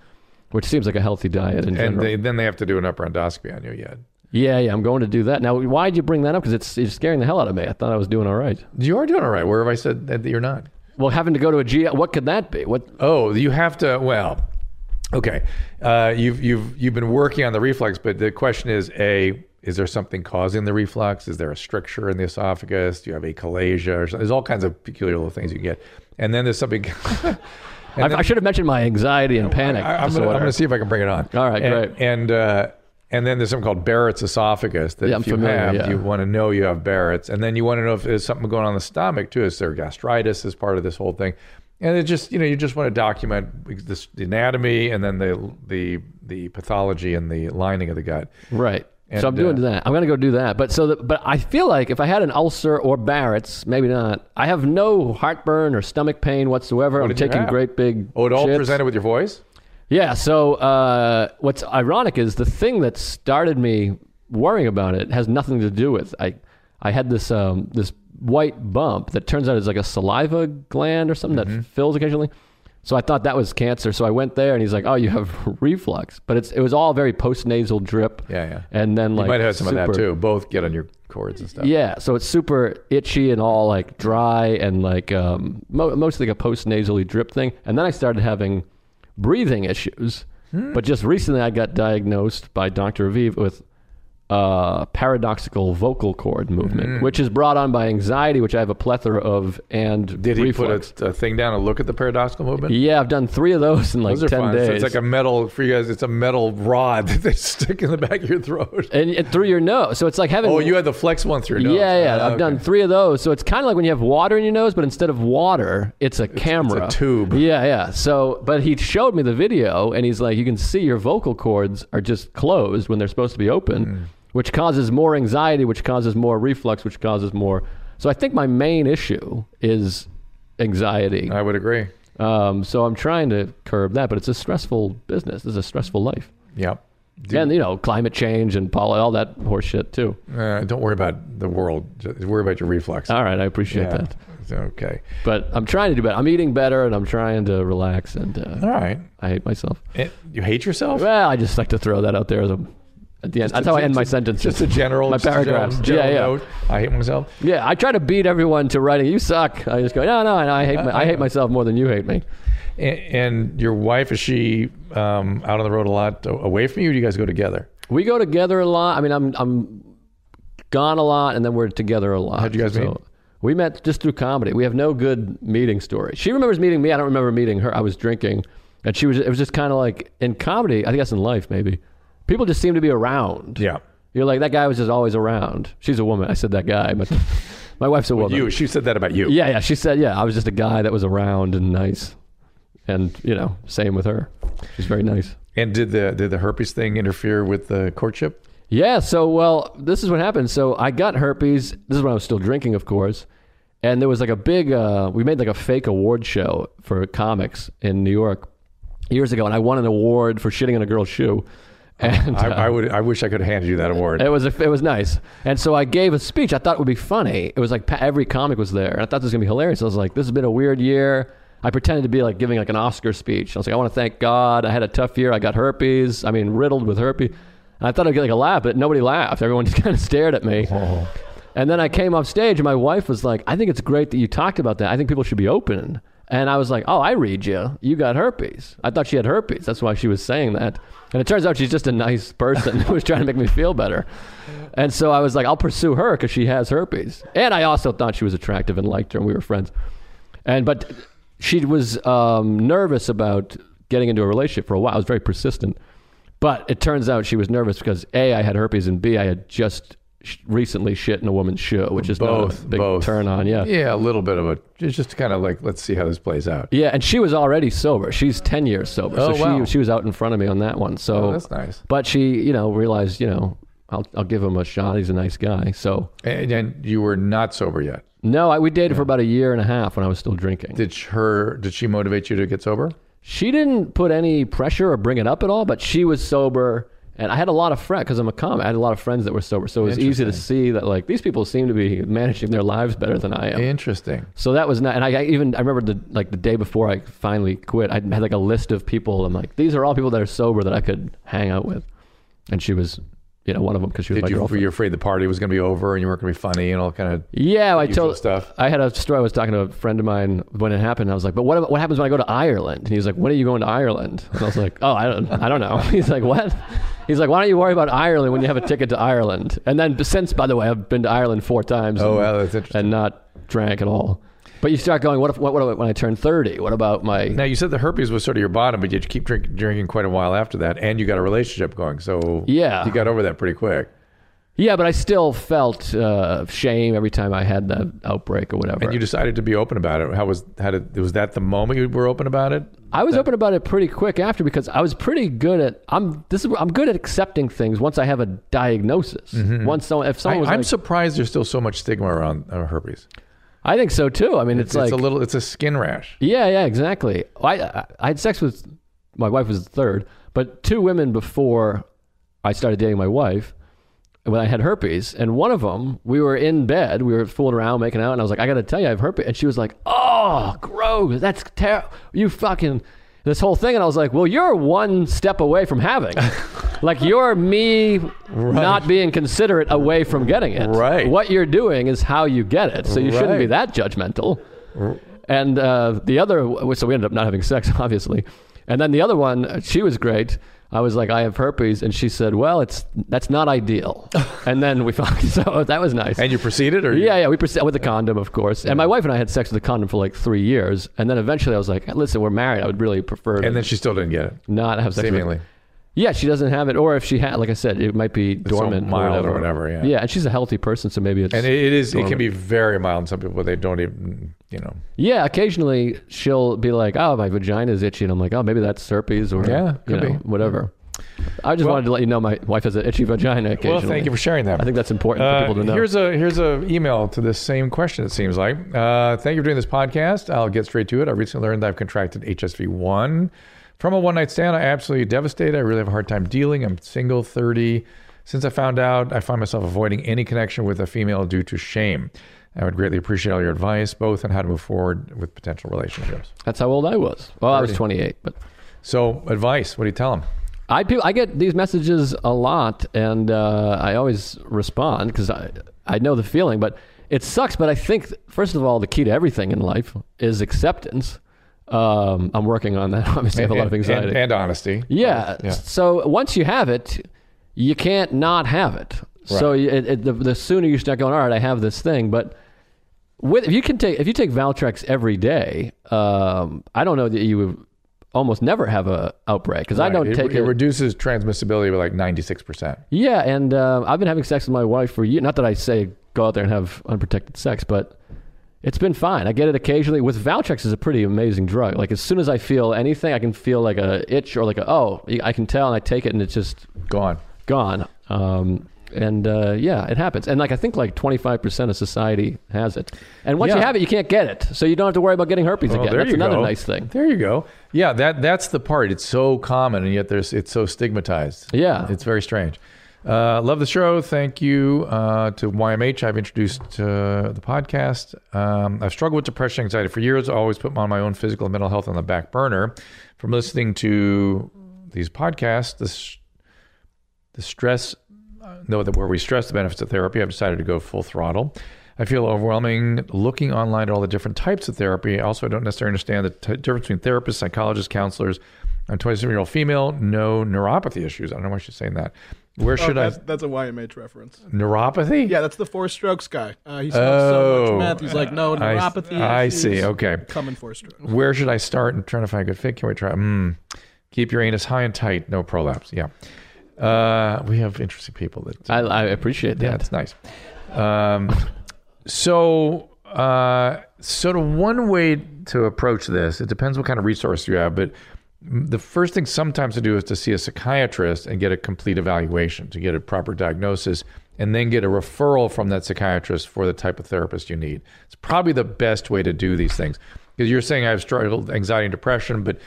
which seems like a healthy diet in
And
general.
they, then they have to do an upper endoscopy on you yet.
yeah, yeah. I'm going to do that now. Why'd you bring that up? Because it's it's scaring the hell out of me. I thought I was doing all right.
You are doing all right. Where have I said that you're not?
Well, having to go to a G. What could that be? What?
Oh, you have to. Well, okay. Uh, you've you've you've been working on the reflux, but the question is: a is there something causing the reflux? Is there a stricture in the esophagus? Do you have achalasia? Or something? There's all kinds of peculiar little things you can get. And then there's something.
I, I should have mentioned my anxiety and panic
I, am
disorder.
going to see if I can bring it on.
All right,
and,
great.
And uh, and then there's something called Barrett's esophagus that
Yeah, I'm
if you
familiar,
have,
yeah.
you want to know you have Barrett's, and then you want to know if there's something going on in the stomach too. Is there gastritis as part of this whole thing? And it just you know you just want to document this the anatomy and then the the the pathology and the lining of the gut.
Right.
And,
so I'm doing
uh,
that. I'm gonna go do that. But so, the, but I feel like if I had an ulcer or Barrett's, maybe not. I have no heartburn or stomach pain whatsoever. I'm
did you
taking
have?
great big.
Oh, it all
chips.
presented with your voice.
Yeah. So uh, what's ironic is the thing that started me worrying about it has nothing to do with I. I had this um, this white bump that turns out is like a saliva gland or something
Mm-hmm.
that fills occasionally. So I thought that was cancer. So I went there and he's like, "Oh, you have reflux." But it's it was all very postnasal drip.
Yeah, yeah.
And then like
you might have had some of that
super-
too. Both get on your cords and stuff.
yeah, so it's super itchy and all like dry and like um, mo- mostly like a post nasally drip thing. And then I started having breathing issues.
Hmm.
But just recently, I got diagnosed by Dr. Aviv with uh, paradoxical vocal cord movement,
Hmm.
which is brought on by anxiety, which I have a plethora of, and
Did he
reflux.
put a, a thing down and look at the paradoxical movement?
yeah, I've done three of those in like
Those are
ten
fun.
days.
So it's like a metal for you guys. It's a metal rod that they stick in the back of your throat.
and, and through your nose, so it's like having
Oh, you had the flex one through your nose.
Yeah, yeah.
Ah,
I've
okay.
done three of those. So it's kind of like when you have water in your nose, but instead of water, it's a camera.
tube.
Yeah, yeah. So, but he showed me the video and he's like, you can see your vocal cords are just closed when they're supposed to be open, which causes more anxiety, which causes more reflux, which causes more. So I think my main issue is anxiety.
I would agree.
Um, so I'm trying to curb that, but it's a stressful business. It's a stressful life.
Yep. Do-
And, you know, climate change and poly, all that horse shit too.
Uh, don't worry about the world. Just worry about your reflex.
All right. Ah, I appreciate
Yeah.
that.
It's Okay.
But I'm trying to do better. I'm eating better and I'm trying to relax and uh,
All right.
I hate myself.
Eh, you hate yourself?
Well, I just like to throw that out there as a, at the end. That's how I end my sentences.
Just a general,
My
just a general-
paragraphs.
general
Yeah, yeah.
note. I hate myself.
yeah, I try to beat everyone to writing. You suck. I just go, no, no, and I hate, my, I hate myself more than you hate me.
And, and your wife is she um, out on the road a lot, a- away from you? Or do you guys go together?
We go together a lot. I mean, I'm I'm gone a lot, and then we're together a lot.
How'd you guys meet?
We met just through comedy. We have no good meeting story. She remembers meeting me. I don't remember meeting her. I was drinking, and she was. It was just kind of like in comedy. I think that's in life maybe. People just seem to be around.
Yeah.
You're like that guy was just always around. She's a woman. I said that guy, but my wife's a woman.
You. She said that about you.
Yeah, yeah. She said, yeah, I was just a guy that was around and nice, and you know, same with her. She's very nice.
And did the did the herpes thing interfere with the courtship?
Yeah, so well, this is what happened. So I got herpes. This is when I was still drinking, of course. And there was like a big uh, we made like a fake award show for comics in New York years ago and I won an award for shitting in a girl's shoe. And
I, I would. I wish I could have handed you that award.
it was it was nice, and so I gave a speech. I thought it would be funny. It was like pa- every comic was there, and I thought this was gonna be hilarious. I was like, "This has been a weird year." I pretended to be like giving like an Oscar speech. I was like, "I want to thank God. I had a tough year. I got herpes. I mean, riddled with herpes." And I thought I'd get like a laugh, but nobody laughed. Everyone just kind of stared at me. And then I came off stage, and my wife was like, "I think it's great that you talked about that. I think people should be open." And I was like, "Oh, I read you. You got herpes." I thought she had herpes. That's why she was saying that. And it turns out she's just a nice person who was trying to make me feel better. And so I was like, "I'll pursue her because she has herpes." And I also thought she was attractive and liked her, and we were friends. And but she was um, nervous about getting into a relationship for a while. I was very persistent. But it turns out she was nervous because A, I had herpes, and B, I had just sh- recently shit in a woman's shoe, which is not a
Both,
big
both.
turn on. Yeah. yeah.
Yeah, a little bit of a it's just kind of like let's see how this plays out.
And she was already sober. She's 10 years sober.
Oh,
so
wow.
she, she was out in front of me on that one. So
Oh, that's nice.
But she, you know, realized, you know, I'll, I'll give him a shot. He's a nice guy. So,
And, and you were not sober yet.
no, I, we dated for about a year and a half when I was still drinking.
Did sh- her? Did she motivate you to get sober?
she didn't put any pressure or bring it up at all, but she was sober. And I had a lot of friends, because I'm a comic, I had a lot of friends that were sober. So it was easy to see that, like, these people seem to be managing their lives better than I am.
Interesting.
So that was not, and I, I even I remember the like the day before I finally quit, I had like a list of people. I'm like, these are all people that are sober that I could hang out with, and she was, you know, one of them because she was
Did
my
you? Were
girlfriend.
you afraid the party was going to be over and you weren't going to be funny and all kind of?
Yeah, I told
stuff.
I had a story. I was talking to a friend of mine when it happened. I was like, "But what? ab- What happens when I go to Ireland?" And he was like, "When are you going to Ireland?" And I was like, "Oh, I don't, I don't know." He's like, "What?" He's like, "Why don't you worry about Ireland when you have a ticket to Ireland?" And then since, by the way, I've been to Ireland four times.
Oh,
and,
wow, that's interesting.
and not drank at all. But you start going, "What? If, what, what about when I turn 30? What about my?"
Now you said the herpes was sort of your bottom, but you keep drink, drinking quite a while after that, and you got a relationship going. So
Yeah.
you got over that pretty quick.
Yeah, but I still felt uh, shame every time I had that outbreak or whatever.
And you decided to be open about it. How was how did was that the moment you were open about it?
I was open about it pretty quick after because I was pretty good at I'm this is I'm good at accepting things once I have a diagnosis. Once someone if
Mm-hmm. I,
someone was
I'm
like-
surprised there's still so much stigma around uh, herpes.
I think so too. I mean, it's,
It's,
like
a little. It's a skin rash.
yeah, yeah, exactly. I, I I had sex with my wife was the third, but two women before I started dating my wife when I had herpes, and one of them we were in bed, we were fooling around, making out, and I was like, I got to tell you, I have herpes, and she was like, Oh, gross, that's terrible. You fucking this whole thing, and I was like, Well, you're one step away from having. Like you're me not being considerate away from getting it.
Right.
What you're doing is how you get it. So you shouldn't be
Right.
that judgmental. And uh, the other, so we ended up not having sex, obviously. And then the other one, she was great. I was like, I have herpes, and she said, Well, it's that's not ideal. and then we found, so that was nice.
And you proceeded, or you-
yeah, yeah, we proceeded with a condom, of course. And my wife and I had sex with a condom for like three years, and then eventually I was like, Listen, we're married. I would really prefer
And
to
then she still didn't get it.
not have sex. with-
Seemingly.
yeah, she doesn't have it, or if she had, like I said, it might be
so
dormant,
mild
or
or
whatever.
whatever, yeah.
yeah, and she's a healthy person, so maybe it's
And it, it is. It can be very mild in some people. They don't even, you know.
Yeah, occasionally she'll be like, "Oh, my vagina's itchy," and I'm like, "Oh, maybe that's herpes or
Yeah,
you
could
know,
be.
whatever." I just wanted to let you know my wife has an itchy vagina occasionally.
Well, thank you for sharing that.
I think that's important for
Uh,
people to know.
Here's a here's a email to this same question. It seems like. Uh, thank you for doing this podcast. I'll get straight to it. I recently learned I've contracted HSV one from a one night stand. I absolutely devastated. I really have a hard time dealing. I'm single, thirty. Since I found out, I find myself avoiding any connection with a female due to shame. I would greatly appreciate all your advice, both on how to move forward with potential relationships.
that's how old I was. Well, I was 28, but
So, advice. What do you tell them?
I pe- I get these messages a lot, and uh, I always respond because I I know the feeling, but it sucks. But I think first of all, the key to everything in life is acceptance. Um, I'm working on that. Obviously, I have a lot of anxiety
and, and honesty.
Yeah.
Yeah.
So once you have it, you can't not have it. So you- it, it, the, the sooner you start going, all right, I have this thing. But with if you can take if you take Valtrex every day, um, I don't know that you would almost never have a outbreak because I
Right.
don't
it,
take
it reduces transmissibility by like ninety six percent.
yeah, and uh, I've been having sex with my wife for years. Not that I say go out there and have unprotected sex, but it's been fine. I get it occasionally. With Valtrex is a pretty amazing drug. Like as soon as I feel anything, I can feel like a itch or like a oh, I can tell, and I take it, and it's just
Gone.
gone. Um, and uh, yeah, it happens. And like I think like 25% of society has it. And once you
Yeah.
have it, you can't get it. So you don't have to worry about getting herpes
Well,
again.
there
That's
you
another
go.
nice thing.
There you go. Yeah, that that's the part. It's so common, and yet there's it's so stigmatized.
Yeah.
it's very strange. Uh, love the show. Thank you uh, to YMH. I've introduced uh, the podcast. Um, I've struggled with depression, anxiety for years. I always put on my own physical and mental health on the back burner. From listening to these podcasts, this the stress know that where we stress the benefits of therapy i've decided to go full throttle i feel overwhelming looking online at all the different types of therapy also i don't necessarily understand the t- difference between therapists psychologists counselors i'm a 27 year old female no neuropathy issues i don't know why she's saying that Where should I?
Oh, that's, that's a YMH reference.
Neuropathy?
Yeah, that's the four strokes guy. Uh, he smokes so
Oh.
much meth. He's like, no,
I,
neuropathy.
I
is-
see. Okay.
Common four stroke.
Where should I start? I'm trying to find a good fit. Can we try? Mm. Keep your anus high and tight. No prolapse. Yeah. Uh, we have interesting people that
I, I appreciate
Yeah,
that.
it's nice. Um, so, uh, sort of one way to approach this, it depends what kind of resource you have, but the first thing sometimes to do is to see a psychiatrist and get a complete evaluation to get a proper diagnosis and then get a referral from that psychiatrist for the type of therapist you need. It's probably the best way to do these things because you're saying I've struggled with anxiety and depression, but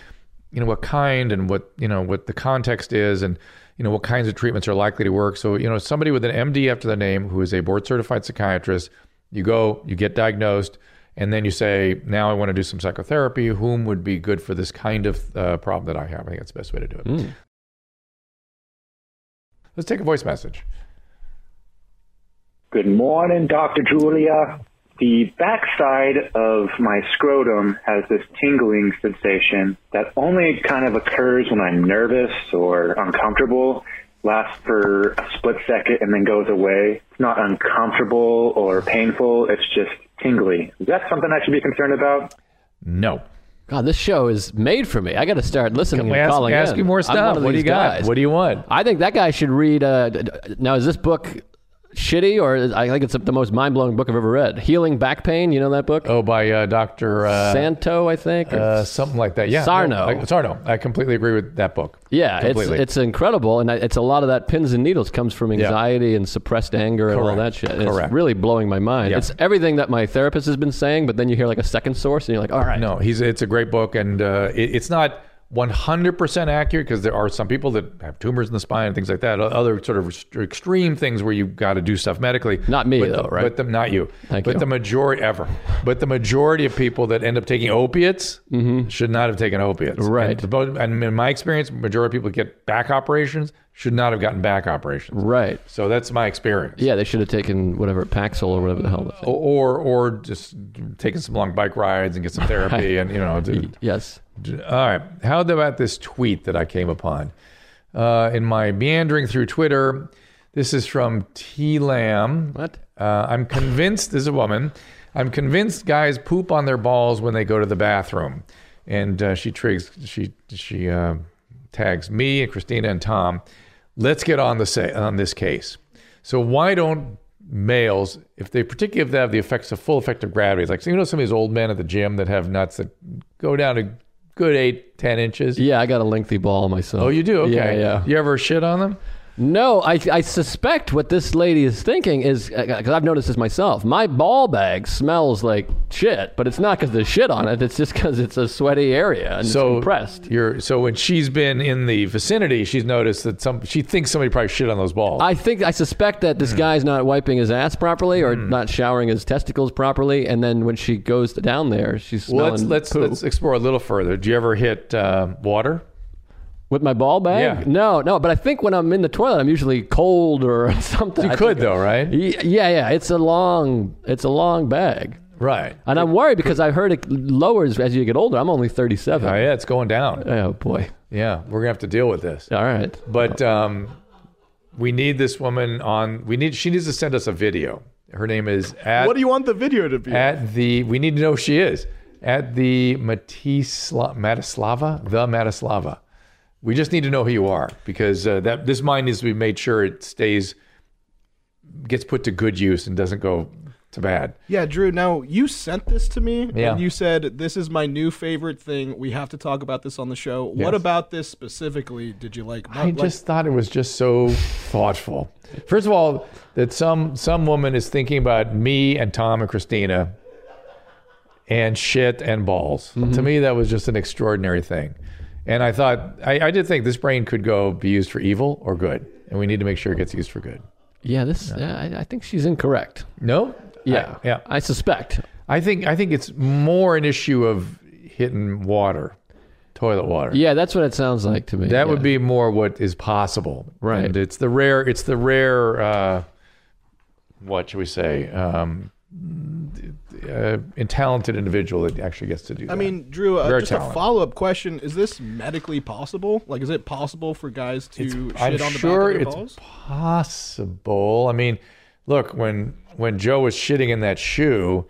you know what kind and what you know what the context is and you know what kinds of treatments are likely to work so you know somebody with an md after the name who is a board certified psychiatrist you go you get diagnosed and then you say now i want to do some psychotherapy whom would be good for this kind of uh, problem that i have i think that's the best way to do it
Mm.
let's take a voice message
Good morning, Dr. Julia. The backside of my scrotum has this tingling sensation that only kind of occurs when I'm nervous or uncomfortable, lasts for a split second and then goes away. It's not uncomfortable or painful, it's just tingly. Is that something I should be concerned about?
no
God, this show is made for me. I got to start listening
we
and
ask,
calling
ask
in.
you more
I'm
stuff
one of
what do you
these
got
guys.
what do you want
I think that guy should read. Uh, d- d- now, is this book shitty or is, I think it's the most mind blowing book I've ever read? Healing Back Pain. You know that book?
oh by uh, dr uh,
Santo, I think. or-
uh, something like that yeah
Sarno.
I, sarno i completely agree with that book
yeah, it's
completely.
it's incredible, and I- it's a lot of that pins and needles comes from anxiety and suppressed anger and all
Correct.
that shit. And
Correct.
It's really blowing my mind.
Yeah.
It's everything that my therapist has been saying, but then you hear like a second source, and you're like, all right,
No, he's it's a great book, and uh, it, it's not 100% accurate because there are some people that have tumors in the spine and things like that. o- Other sort of rest- extreme things where you've got to do stuff medically.
Not me,
But-
though, right?
But the, not you.
Thank
but
you.
the majority ever. But the majority of people that end up taking opiates should not have taken opiates.
Mm-hmm. Right.
And, the bo- and in my experience, majority of people that get back operations should not have gotten back operations.
right,
So that's my experience.
yeah, they should have taken whatever Paxil or whatever the hell. The thing.
Or or just taking some long bike rides and get some therapy and you know. d-
Yes,
All right. How about this tweet that I came upon uh, in my meandering through Twitter? This is from T Lamb.
What?
Uh, I'm convinced, this is a woman, I'm convinced guys poop on their balls when they go to the bathroom. And uh, she trigs, she, she uh, tags me and Christina and Tom. Let's get on, the sa- on this case. So why don't males, if they particularly if they have the effects of full effect of gravity, it's like so you know some of these old men at the gym that have nuts that go down a good eight, ten inches.
yeah, I got a lengthy ball myself.
Oh, you do? Okay.
Yeah, yeah.
You ever shit on them?
No, I, I suspect what this lady is thinking is because I've noticed this myself. My ball bag smells like shit, but it's not because there's shit on it. It's just because it's a sweaty area and
So
it's compressed.
You're so when she's been in the vicinity, she's noticed that some she thinks somebody probably shit on those balls.
I think I suspect that
Hmm.
this guy's not wiping his ass properly or not showering his testicles properly, and then when she goes down there, she's
well,
smelling
let's let's
poo.
let's explore a little further. Do you ever hit uh, water?
with my ball bag.
Yeah.
No, no, but I think when I'm in the toilet, I'm usually cold or something.
You
I
could
think-
though, right?
Y- Yeah, yeah, it's a long, it's a long bag.
Right.
And I'm worried because I've heard it lowers as you get older. I'm only 37.
Oh yeah, it's going down.
Oh boy.
Yeah, we're gonna have to deal with this.
All right.
But um, we need this woman on. We need. She needs to send us a video. Her name is at
What do you want the video to be?
at the. We need to know who she is at the Matisla, Matislava, the Matislava. We just need to know who you are because uh, that this mind needs to be made sure it stays, gets put to good use and doesn't go to bad.
Yeah, Drew. Now you sent this to me,
Yeah.
and you said this is my new favorite thing. We have to talk about this on the show.
Yes.
What about this specifically? Did you like?
I
like-
just thought it was just so thoughtful. First of all, that some some woman is thinking about me and Tom and Christina and shit and balls. To me, that was just an extraordinary thing. And I thought I, I did think this brain could go be used for evil or good. And we need to make sure it gets used for good.
Yeah, this. I, I think she's incorrect.
No?
Yeah.
I- yeah.
I suspect.
I think I think it's more an issue of hitting water, toilet water.
Yeah, that's what it sounds like to me.
That would be more what is possible,
Right.
And it's the rare, it's the rare. Uh, what should we say? Um, uh, and talented individual that actually gets to do that.
I mean, Drew, uh,
Very
just
talented.
a follow up question: Is this medically possible? Like, is it possible for guys to
It's-
shit
I'm
on the
sure
back of their
it's
balls?
possible. I mean, look when when Joe was shitting in that shoe,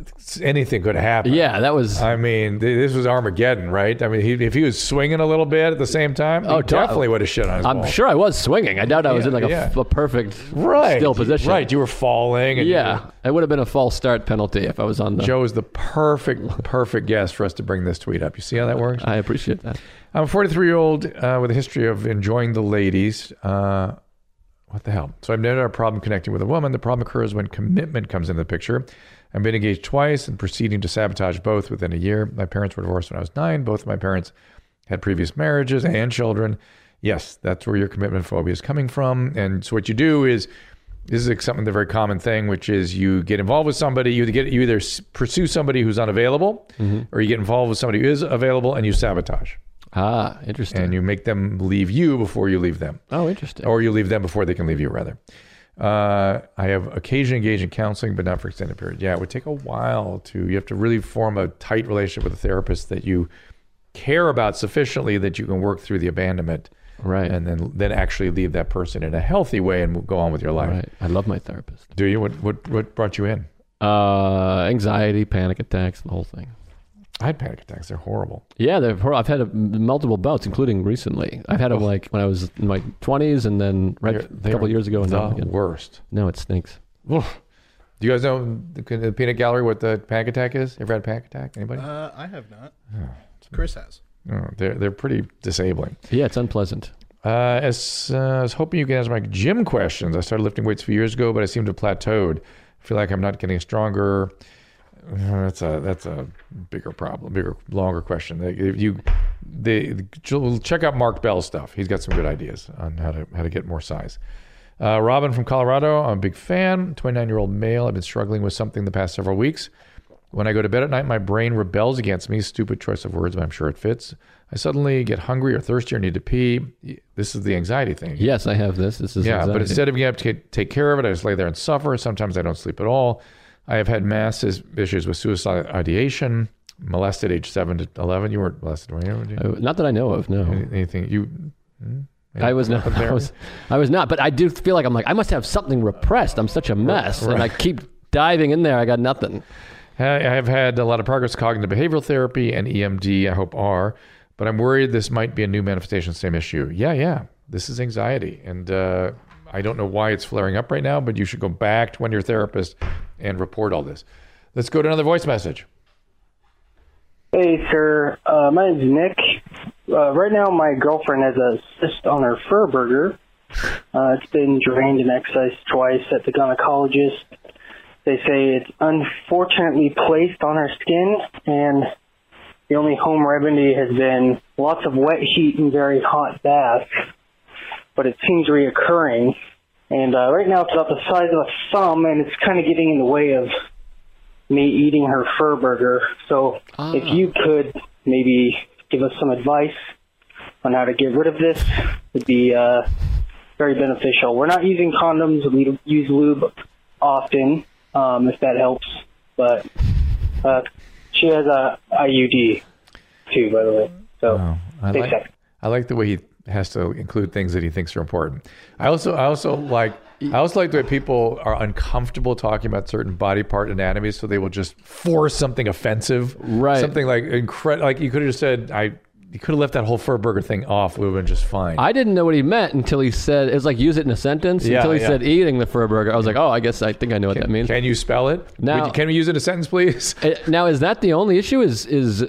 it's- anything could happen.
Yeah, that was.
I mean, th- this was Armageddon, right? I mean, he, if he was swinging a little bit at the same time, he
Oh, to-
definitely would have shit on his
I'm
ball.
sure I was swinging. I doubt I was
Yeah,
in like a,
yeah.
f- a perfect
Right.
still position.
Right. You were falling. And you were-
Yeah, it would have been a false start penalty if I was on the.
Joe is the perfect, perfect guest for us to bring this tweet up. You see how that works?
I appreciate that.
I'm a 43 year old uh, with a history of enjoying the ladies. Uh, what the hell? So I've never had a problem connecting with a woman. The problem occurs when commitment comes into the picture. I've been engaged twice and proceeding to sabotage both within a year. My parents were divorced when I was nine. Both of my parents had previous marriages and children. Yes, that's where your commitment phobia is coming from. And so what you do is this is like something the very common thing, which is you get involved with somebody, you get you either s- pursue somebody who's unavailable, or you get involved with somebody who is available and you sabotage
Ah, interesting.
and you make them leave you before you leave them,
oh, interesting.
or you leave them before they can leave you, rather. Uh, I have occasionally engaged in counseling, but not for extended periods. Yeah, it would take a while to. You have to really form a tight relationship with a therapist that you care about sufficiently that you can work through the abandonment,
right.
and then then actually leave that person in a healthy way and go on with your life.
right. I love my therapist.
Do you? What, what what brought you in?
Uh, anxiety, panic attacks, the whole thing.
I had panic attacks. They're horrible.
Yeah, they've, I've had a, multiple bouts, including recently. I've
Oh.
had them like when I was in my twenties, and then right
They're-
a couple
they're
years ago, and
the
now again.
worst.
No, it stinks.
Ugh. Do you guys know the, the peanut gallery what the panic attack is? Ever had a panic attack? Anybody?
Uh, I have not. Chris has.
Oh, they're they're pretty disabling.
Yeah, it's unpleasant.
Uh, as uh, I was hoping you could answer my gym questions. I started lifting weights a few years ago, but I seem to have plateaued. I feel like I'm not getting stronger. Uh, That's a that's a bigger problem, bigger longer question. Like, If you the check out Mark Bell's stuff. He's got some good ideas on how to how to get more size. Uh, Robin from Colorado. I'm a big fan. 29 year old male. I've been struggling with something the past several weeks. When I go to bed at night, my brain rebels against me. Stupid choice of words, but I'm sure it fits. I suddenly get hungry or thirsty or need to pee. This is the anxiety thing.
Yes, I have this. This is
Yeah,
anxiety.
but instead of being able to ca- take care of it, I just lay there and suffer. Sometimes I don't sleep at all. I have had massive issues with suicide ideation, molested age 7 to 11. You weren't molested when you were you?
Uh, not that I know of. No,
anything. You
I was not. I
there?
was, I was not. But I do feel like I'm like I must have something repressed. I'm such a mess, and I keep diving in there. I got nothing.
I I have had a lot of progress with cognitive behavioral therapy and EMD, I hope are, but I'm worried this might be a new manifestation of the same issue. Yeah, yeah. This is anxiety. And uh, I don't know why it's flaring up right now, but you should go back to one of your therapists and report all this. Let's go to another voice message.
Hey, sir. Uh, my name's Nick. Uh, right now, my girlfriend has a cyst on her fur burger. Uh, it's been drained and excised twice at the gynecologist. They say it's unfortunately placed on her skin, and the only home remedy has been lots of wet heat and very hot baths. But it seems reoccurring. And uh, right now, it's about the size of a thumb, and it's kind of getting in the way of me eating her fur burger. So if you could maybe give us some advice on how to get rid of this, would be uh, very beneficial. We're not using condoms. We use lube often, um, if that helps. But uh, she has a IUD too, by the way. So
I
stay
like,
safe.
I like the way he has to include things that he thinks are important. I also I also like I also like the way people are uncomfortable talking about certain body part anatomy, so they will just force something offensive,
Right.
Something like incredible. Like you could have just said I. You could have left that whole fur burger thing off. It would have been just fine.
I didn't know what he meant until he said it was like use it in a sentence.
Yeah,
until he
yeah.
said eating the fur burger, I was like, oh, I guess I think I know what that means.
Can you spell it?
Now-
Would you- can we use it in a sentence, please?
Uh, now, is that the only issue? Is is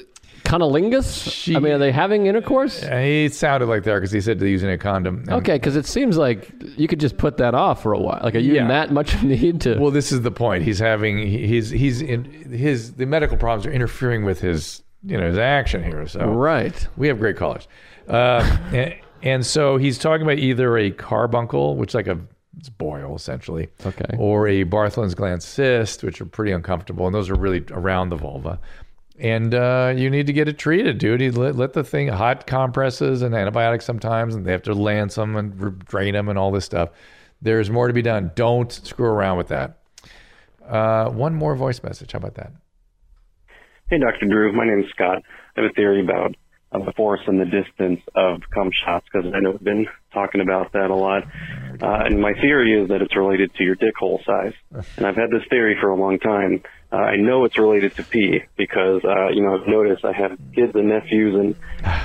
cunnilingus?
She-
I mean, are they having intercourse? Okay, 'cause
He sounded like there because he said to using a condom. And-
Okay, because it seems like you could just put that off for a while. Like, are you
Yeah.
in that much of need to?
Well, this is the point. He's having he- he's he's in his the medical problems are interfering with his you know his action here. So
right.
We have great callers. Uh, and, and so he's talking about either a carbuncle, which is like a it's boil essentially,
Okay.
or a Bartholin's gland cyst, which are pretty uncomfortable, and those are really around the vulva. And uh, you need to get it treated, dude. You let, let the thing hot compresses and antibiotics sometimes, and they have to lance them and re- drain them and all this stuff. There's more to be done. Don't screw around with that. Uh, one more voice message. How about that?
Hey, Dr. Drew. My name's Scott. I have a theory about uh, the force and the distance of cum shots because I know we've been talking about that a lot. Uh, and my theory is that it's related to your dick hole size. And I've had this theory for a long time. Uh, I know it's related to pee because, uh, you know, I've noticed I have kids and nephews and,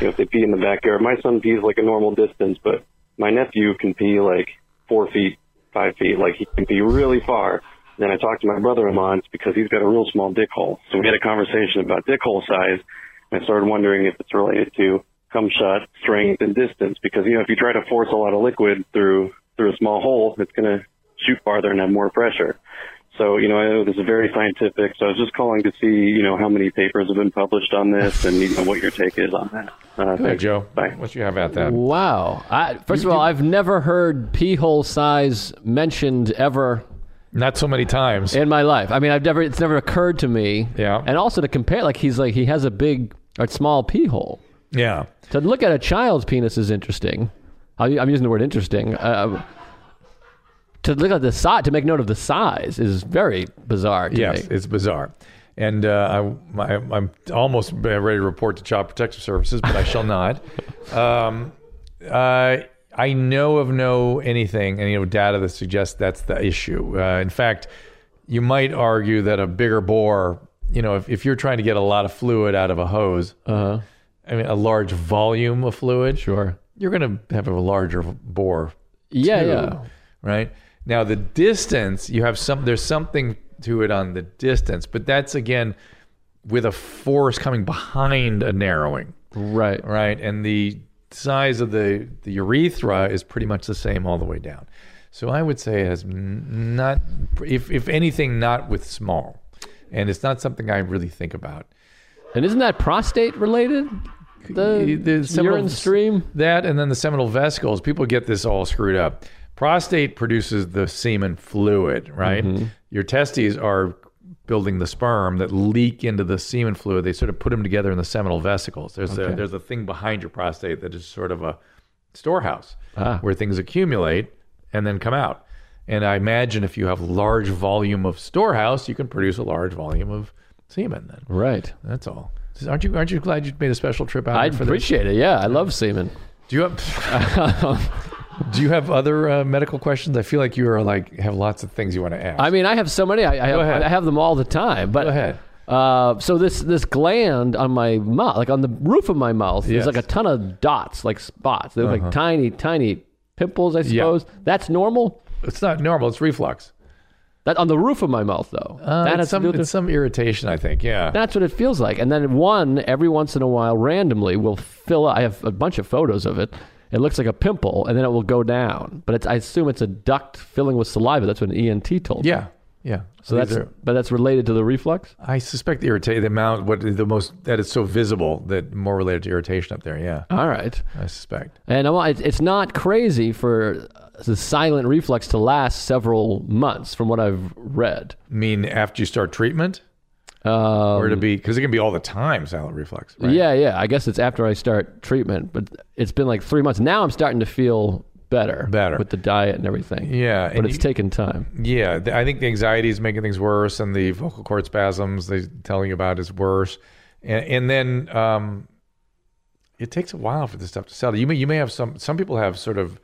you know, if they pee in the backyard, my son pees like a normal distance, but my nephew can pee like four feet, five feet. Like he can pee really far. Then I talked to my brother-in-law it's because he's got a real small dick hole. So we had a conversation about dick hole size, and I started wondering if it's related to cum shot strength and distance. Because you know, if you try to force a lot of liquid through through a small hole, it's going to shoot farther and have more pressure. So you know, I know this is very scientific. So I was just calling to see you know how many papers have been published on this and you know, what your take is on that. Uh,
Hey,
thanks.
Joe.
Bye.
What you have about that?
Wow. I, first of all, I've never heard pee hole size mentioned ever
Not so many times.
in my life. I mean, I've never. It's never occurred to me.
Yeah.
And also to compare, like he's like he has a big or small pee hole.
yeah.
To look at a child's penis is interesting. I, I'm using the word interesting. Uh, to look at the size, to make note of the size, is very bizarre. To
Yes,
me.
it's bizarre. And uh, I, I, I'm almost ready to report to Child Protective Services, but I shall not. Um, uh, I know of no anything, any of data that suggests that's the issue. Uh, in fact, you might argue that a bigger bore, you know, if, if you're trying to get a lot of fluid out of a hose,
Uh-huh.
I mean, a large volume of fluid,
Sure.
you're going to have a larger bore
Yeah.
too,
Yeah.
Right now, the distance you have some. There's something to it on the distance, but that's again with a force coming behind a narrowing,
Right.
right? And the size of the the urethra is pretty much the same all the way down. So I would say it has n- not, if if anything, not with small, and it's not something I really think about.
And isn't that prostate related? The, urine stream.
That and then the seminal vesicles. People get this all screwed up. Prostate produces the semen fluid, right?
Mm-hmm.
Your testes are building the sperm that leak into the semen fluid. They sort of put them together in the seminal vesicles. There's a there's a thing behind your prostate that is sort of a storehouse
Ah.
where things accumulate and then come out. And I imagine if you have large volume of storehouse, you can produce a large volume of semen. Then
Right.
that's all. Aren't you aren't you glad you made a special trip out
I
here for this?
appreciate it. Yeah, I love semen.
Do you have Do you have other uh, medical questions? I feel like you are like have lots of things you want to ask.
I mean, I have so many. I, I,
ahead.
have, I have them all the time. But
Go ahead.
Uh, so this this gland on my mouth, like on the roof of my mouth,
Yes. Uh-huh.
there's like a ton of dots, like spots. They're like tiny, tiny pimples. I suppose that's normal.
it's not normal. It's reflux.
That on the roof of my mouth, though.
Uh,
that
it's
has
some
to do with
it's some irritation, I think. Yeah.
That's what it feels like. And then one every once in a while, randomly, will fill up. I have a bunch of photos of it. It looks like a pimple, and then it will go down. But it's, I assume it's a duct filling with saliva. That's what an ENT told. me.
yeah. Yeah.
So that's but that's related to the reflux.
I suspect the irritate the amount what the most that it's so visible that more related to irritation up there. Yeah.
All right.
I suspect.
And I'm, it's it's not crazy for the silent reflux to last several months, from what I've read.
I mean after you start treatment
Um,
or to be cuz it can be all the time silent reflux, right?
Yeah, yeah. I guess it's after I start treatment, but it's been like three months. Now I'm starting to feel better.
Better.
with the diet and everything.
Yeah,
but
and
it's
you-
taken time.
Yeah, th- I think the anxiety is making things worse, and the vocal cord spasms they telling you about is worse, and, and then um, it takes a while for this stuff to settle. You may you may have some some people have sort of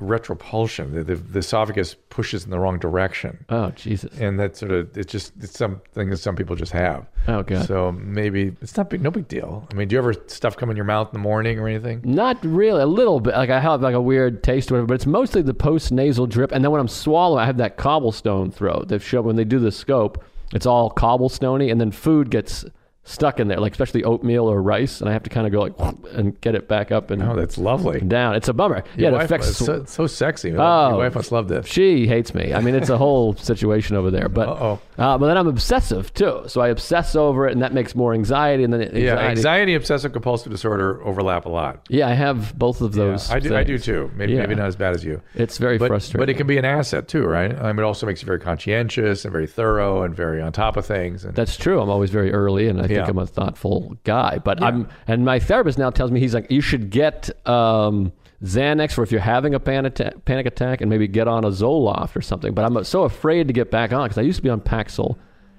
retropulsion. The, the, the esophagus pushes in the wrong direction,
Oh Jesus!
and that sort of it's just it's something that some people just have.
Oh, God.
So maybe it's not big, no big deal. I mean, do you ever stuff come in your mouth in the morning or anything?
Not really. A little bit. Like I have like a weird taste or whatever, but it's mostly the post nasal drip. And then when I'm swallowing, I have that cobblestone throat. They've shown when they do the scope, it's all cobblestony, and then food gets stuck in there, like especially oatmeal or rice, and I have to kind of go like whoop, and get it back up and
Oh, that's lovely.
down. It's a bummer.
Your
yeah, it
wife uh,
affects.
must- so, so sexy. Your
Oh.
wife must love this.
She hates me. I mean, it's a whole situation over there. But
Uh-oh.
uh, but then I'm obsessive too, so I obsess over it, and that makes more anxiety. And then it- anxiety.
Yeah, anxiety, obsessive compulsive disorder overlap a lot.
Yeah, I have both of those.
I do, I do
things.
too. Maybe,
Yeah.
maybe not as bad as you.
It's very
but,
frustrating.
But it can be an asset too, right? I mean, it also makes you very conscientious and very thorough and very on top of things. And
That's true. I'm always very early, and I
Yeah.
think I'm a thoughtful guy. But I'm, and my therapist now tells me he's like, you should get um, Xanax for if you're having a pan atta- panic attack, and maybe get on a Zoloft or something. But I'm so afraid to get back on because I used to be on Paxil,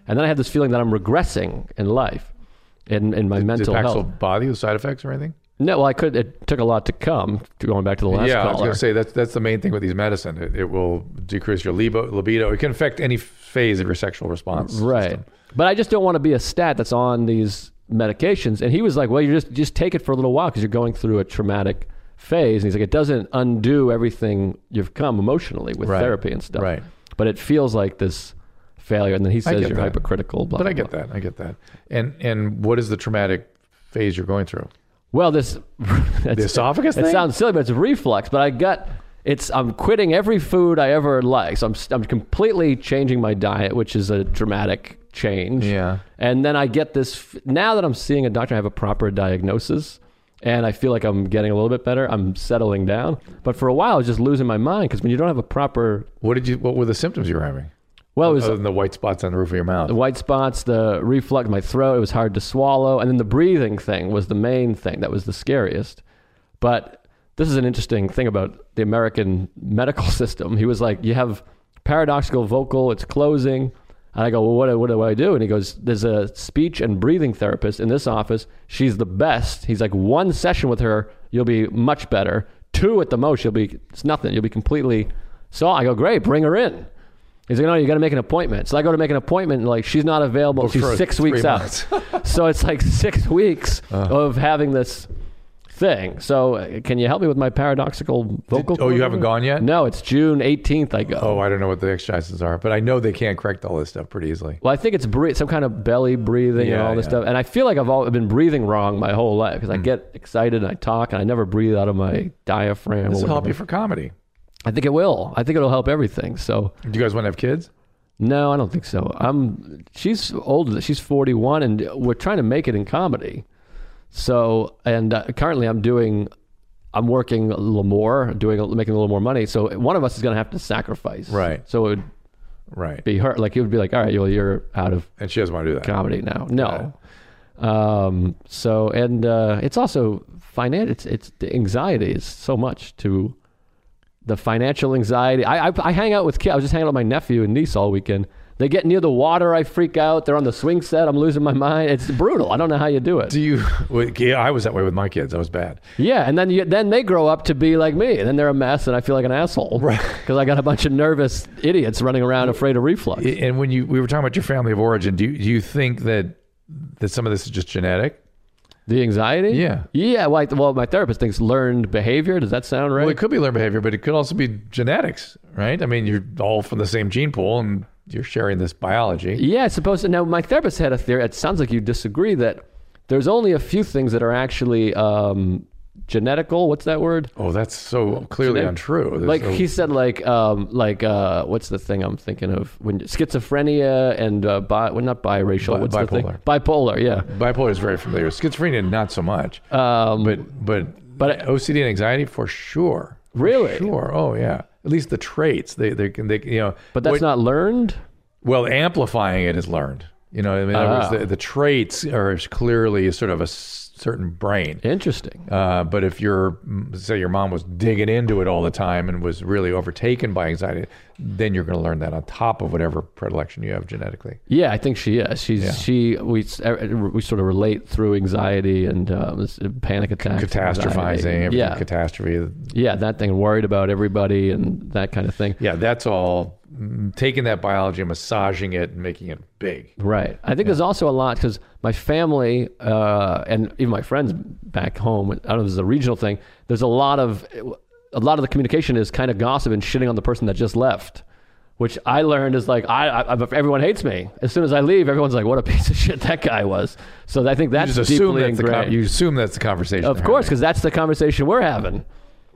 and then I have this feeling that I'm regressing in life, in in my
Did
mental
Paxil
health.
bother you with side effects or anything?
No, well, I could. It took a lot to come. to- Going back to the last
yeah, I was
caller.
going to say that's that's the main thing with these medicine. It, it will decrease your libo, libido. It can affect any phase of your sexual response.
right. But I just don't want to be a stat that's on these medications. And he was like, "Well, you just just take it for a little while because you're going through a traumatic phase." And he's like, "It doesn't undo everything you've come emotionally with
Right.
therapy and stuff,
Right.
But it feels like this failure." And then he says,
get
"You're
that.
hypocritical." Blah,
But I
blah,
get
blah.
that. I get that. And and what is the traumatic phase you're going through?
Well, this that's-
The esophagus
It
thing?
sounds silly, but it's reflux. But I got it's. I'm quitting every food I ever liked. So I'm I'm completely changing my diet, which is a dramatic change.
Yeah.
And then I get this. f- Now that I'm seeing a doctor, I have a proper diagnosis, and I feel like I'm getting a little bit better. I'm settling down. But for a while, I was just losing my mind because when you don't have a proper
What did you? What were the symptoms you were having?
well, it was
Other than the white spots on the roof of your mouth.
the white spots, the reflux in my throat, it was hard to swallow. And then the breathing thing was the main thing that was the scariest. But this is an interesting thing about the American medical system. He was like, You have paradoxical vocal, it's closing. And I go, Well, what, do- what do I do? And he goes, There's a speech and breathing therapist in this office. She's the best. He's like, One session with her, you'll be much better. Two at the most, you'll be, it's nothing. You'll be completely. So I go, Great, bring her in. He's like, no, you got to make an appointment. So I go to make an appointment, and like she's not available.
Booked for
she's six
three
weeks
months. Uh-huh.
out. so it's like six weeks of having this thing. So uh, can you help me with my paradoxical vocal?
oh, you
cord
haven't
over?
gone yet?
No, it's June eighteenth. I go.
Oh, I don't know what the exercises are, but I know they can correct all this stuff pretty easily.
Well, I think it's bre- some kind of belly breathing and
Yeah,
all this
yeah. Hmm.
stuff. And I feel like I've, all, I've been breathing wrong my whole life because I get excited and I talk and I never breathe out of my diaphragm.
This
or
will help
whatever.
you for comedy.
I think it will. I think it'll help everything. So
Do you guys want to have kids?
No, I don't think so. I'm she's older. She's 41 and we're trying to make it in comedy. So, and uh, currently I'm doing I'm working a little more, doing making a little more money. So, one of us is going to have to sacrifice.
Right.
So, it would
Right.
be her like it would be like, "All right, well, you're out of
And she doesn't want to do that.
comedy now." No. Um, so and uh, it's also finance it's it's the anxiety is so much to the financial anxiety. I, I I hang out with kids. I was just hanging out with my nephew and niece all weekend. They get near the water, I freak out. They're on the swing set. I'm losing my mind. It's brutal. I don't know how you do it.
Do you? Well, yeah, I was that way with my kids. I was bad.
yeah, and then you, then they grow up to be like me, and then they're a mess, and I feel like an asshole
Right.
because I got a bunch of nervous idiots running around afraid of reflux.
I- And when you we were talking about your family of origin, do you, do you think that that some of this is just genetic?
the anxiety.
Yeah.
yeah. Well, I- well, my therapist thinks learned behavior. Does that sound right?
Well, it could be learned behavior, but it could also be genetics, right? I mean, you're all from the same gene pool, and you're sharing this biology.
Yeah, it's supposed to. Now, my therapist had a theory. It sounds like you disagree that there's only a few things that are actually um, genetical. What's that word?
Oh, that's so clearly
Genetic-
untrue. There's
like
no-
he said, like um, like uh, what's the thing I'm thinking of? When schizophrenia and uh, bi, well, not biracial.
Bi-
what's the thing?
bipolar.
Bipolar. Yeah.
bipolar is very familiar. Schizophrenia, not so much.
Um,
but but
but-
OCD and anxiety for sure. For
Really?
sure. Oh yeah. At least the traits they they can they you know.
but that's
what-
not learned.
well amplifying it is learned. You know, I mean, in other words,
Ah.
the, the traits are clearly sort of a s- certain brain.
Interesting.
Uh, but if your say your mom was digging into it all the time and was really overtaken by anxiety, then you're going to learn that on top of whatever predilection you have genetically.
Yeah, I think she is. She's
Yeah.
she. We s- er- we sort of relate through anxiety and um, s- panic attacks, and anxiety.
Catastrophizing, everything,
Yeah,
catastrophe,
yeah, that thing. Worried about everybody and that kind of thing.
Yeah, that's all. mm, Taking that biology, and massaging it, and making it big.
Right. I think there's also a lot because my family uh, and even my friends back home. I don't know. if This is a regional thing. There's a lot of a lot of the communication is kind of gossip and shitting on the person that just left, which I learned is like I, I everyone hates me. As soon as I leave, everyone's like, "What a piece of shit that guy was." So I think
You
that's
just assume
deeply
that's the
ingrained.
con- you assume that's the conversation.
of
they're
course,
having.
because that's the conversation we're having.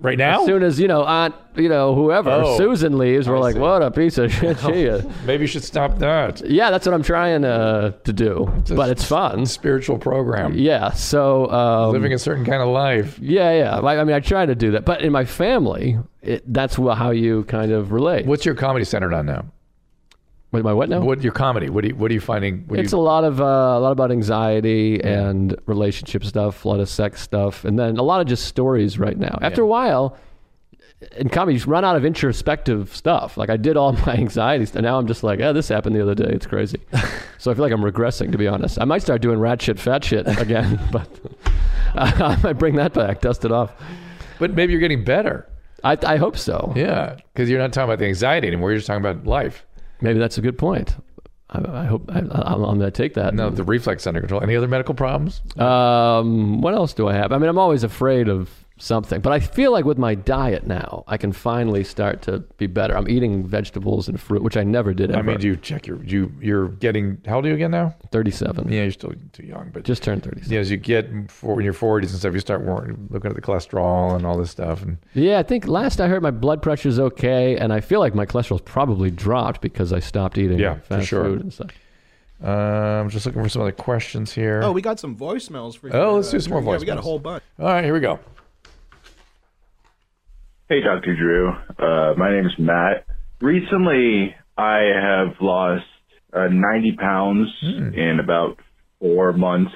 right now,
As soon as you know Aunt, you know whoever
Oh,
Susan leaves, we're like, "What a piece of shit she is."
maybe you should stop that
Yeah, that's what I'm trying uh, to do, but it's fun.
spiritual program.
Yeah. So, um,
Living a certain kind of life.
yeah, yeah. Like, I mean, I try to do that, but in my family, it, that's wha- how you kind of relate.
What's your comedy centered on now?
Wait, my what now?
What your comedy? What are you, what are you finding? What do
it's
you,
a lot of uh, a lot about anxiety and relationship stuff, a lot of sex stuff, and then a lot of just stories right now. After a while, in comedy, you just run out of introspective stuff. Like I did all my anxieties, and now I'm just like, yeah, this happened the other day. It's crazy. so I feel like I'm regressing, to be honest. I might start doing rat shit, fat shit again, but I might bring that back, dust it off.
but maybe you're getting better.
I, I hope so.
Yeah, because you're not talking about the anxiety anymore. You're just talking about life.
Maybe that's a good point. I, I hope I, I'm, I'm going to take that.
Now the reflex under control. Any other medical problems?
Um, what else do I have? I mean, I'm always afraid of something, but I feel like with my diet now, I can finally start to be better. I'm eating vegetables and fruit, which I never did ever.
I mean, do you check your you you're getting how old are you again now?
37.
Yeah, you're still too young, but
Just turned 37.
you know, as you get for when you're 40s and stuff, you start wor- looking at the cholesterol and all this stuff. And
Yeah, I think last I heard my blood pressure's okay, and I feel like my cholesterol's probably dropped because I stopped eating
Yeah, for
fast
sure.
food and stuff.
uh, I'm just looking for some other questions here.
Oh, we got some voicemails for you.
Oh, let's do some more
Yeah, we got a
voicemails.
whole bunch.
all right, here we go.
Hey, Dr. Drew. Uh, my name's Matt. Recently, I have lost uh, 90 pounds in about four months.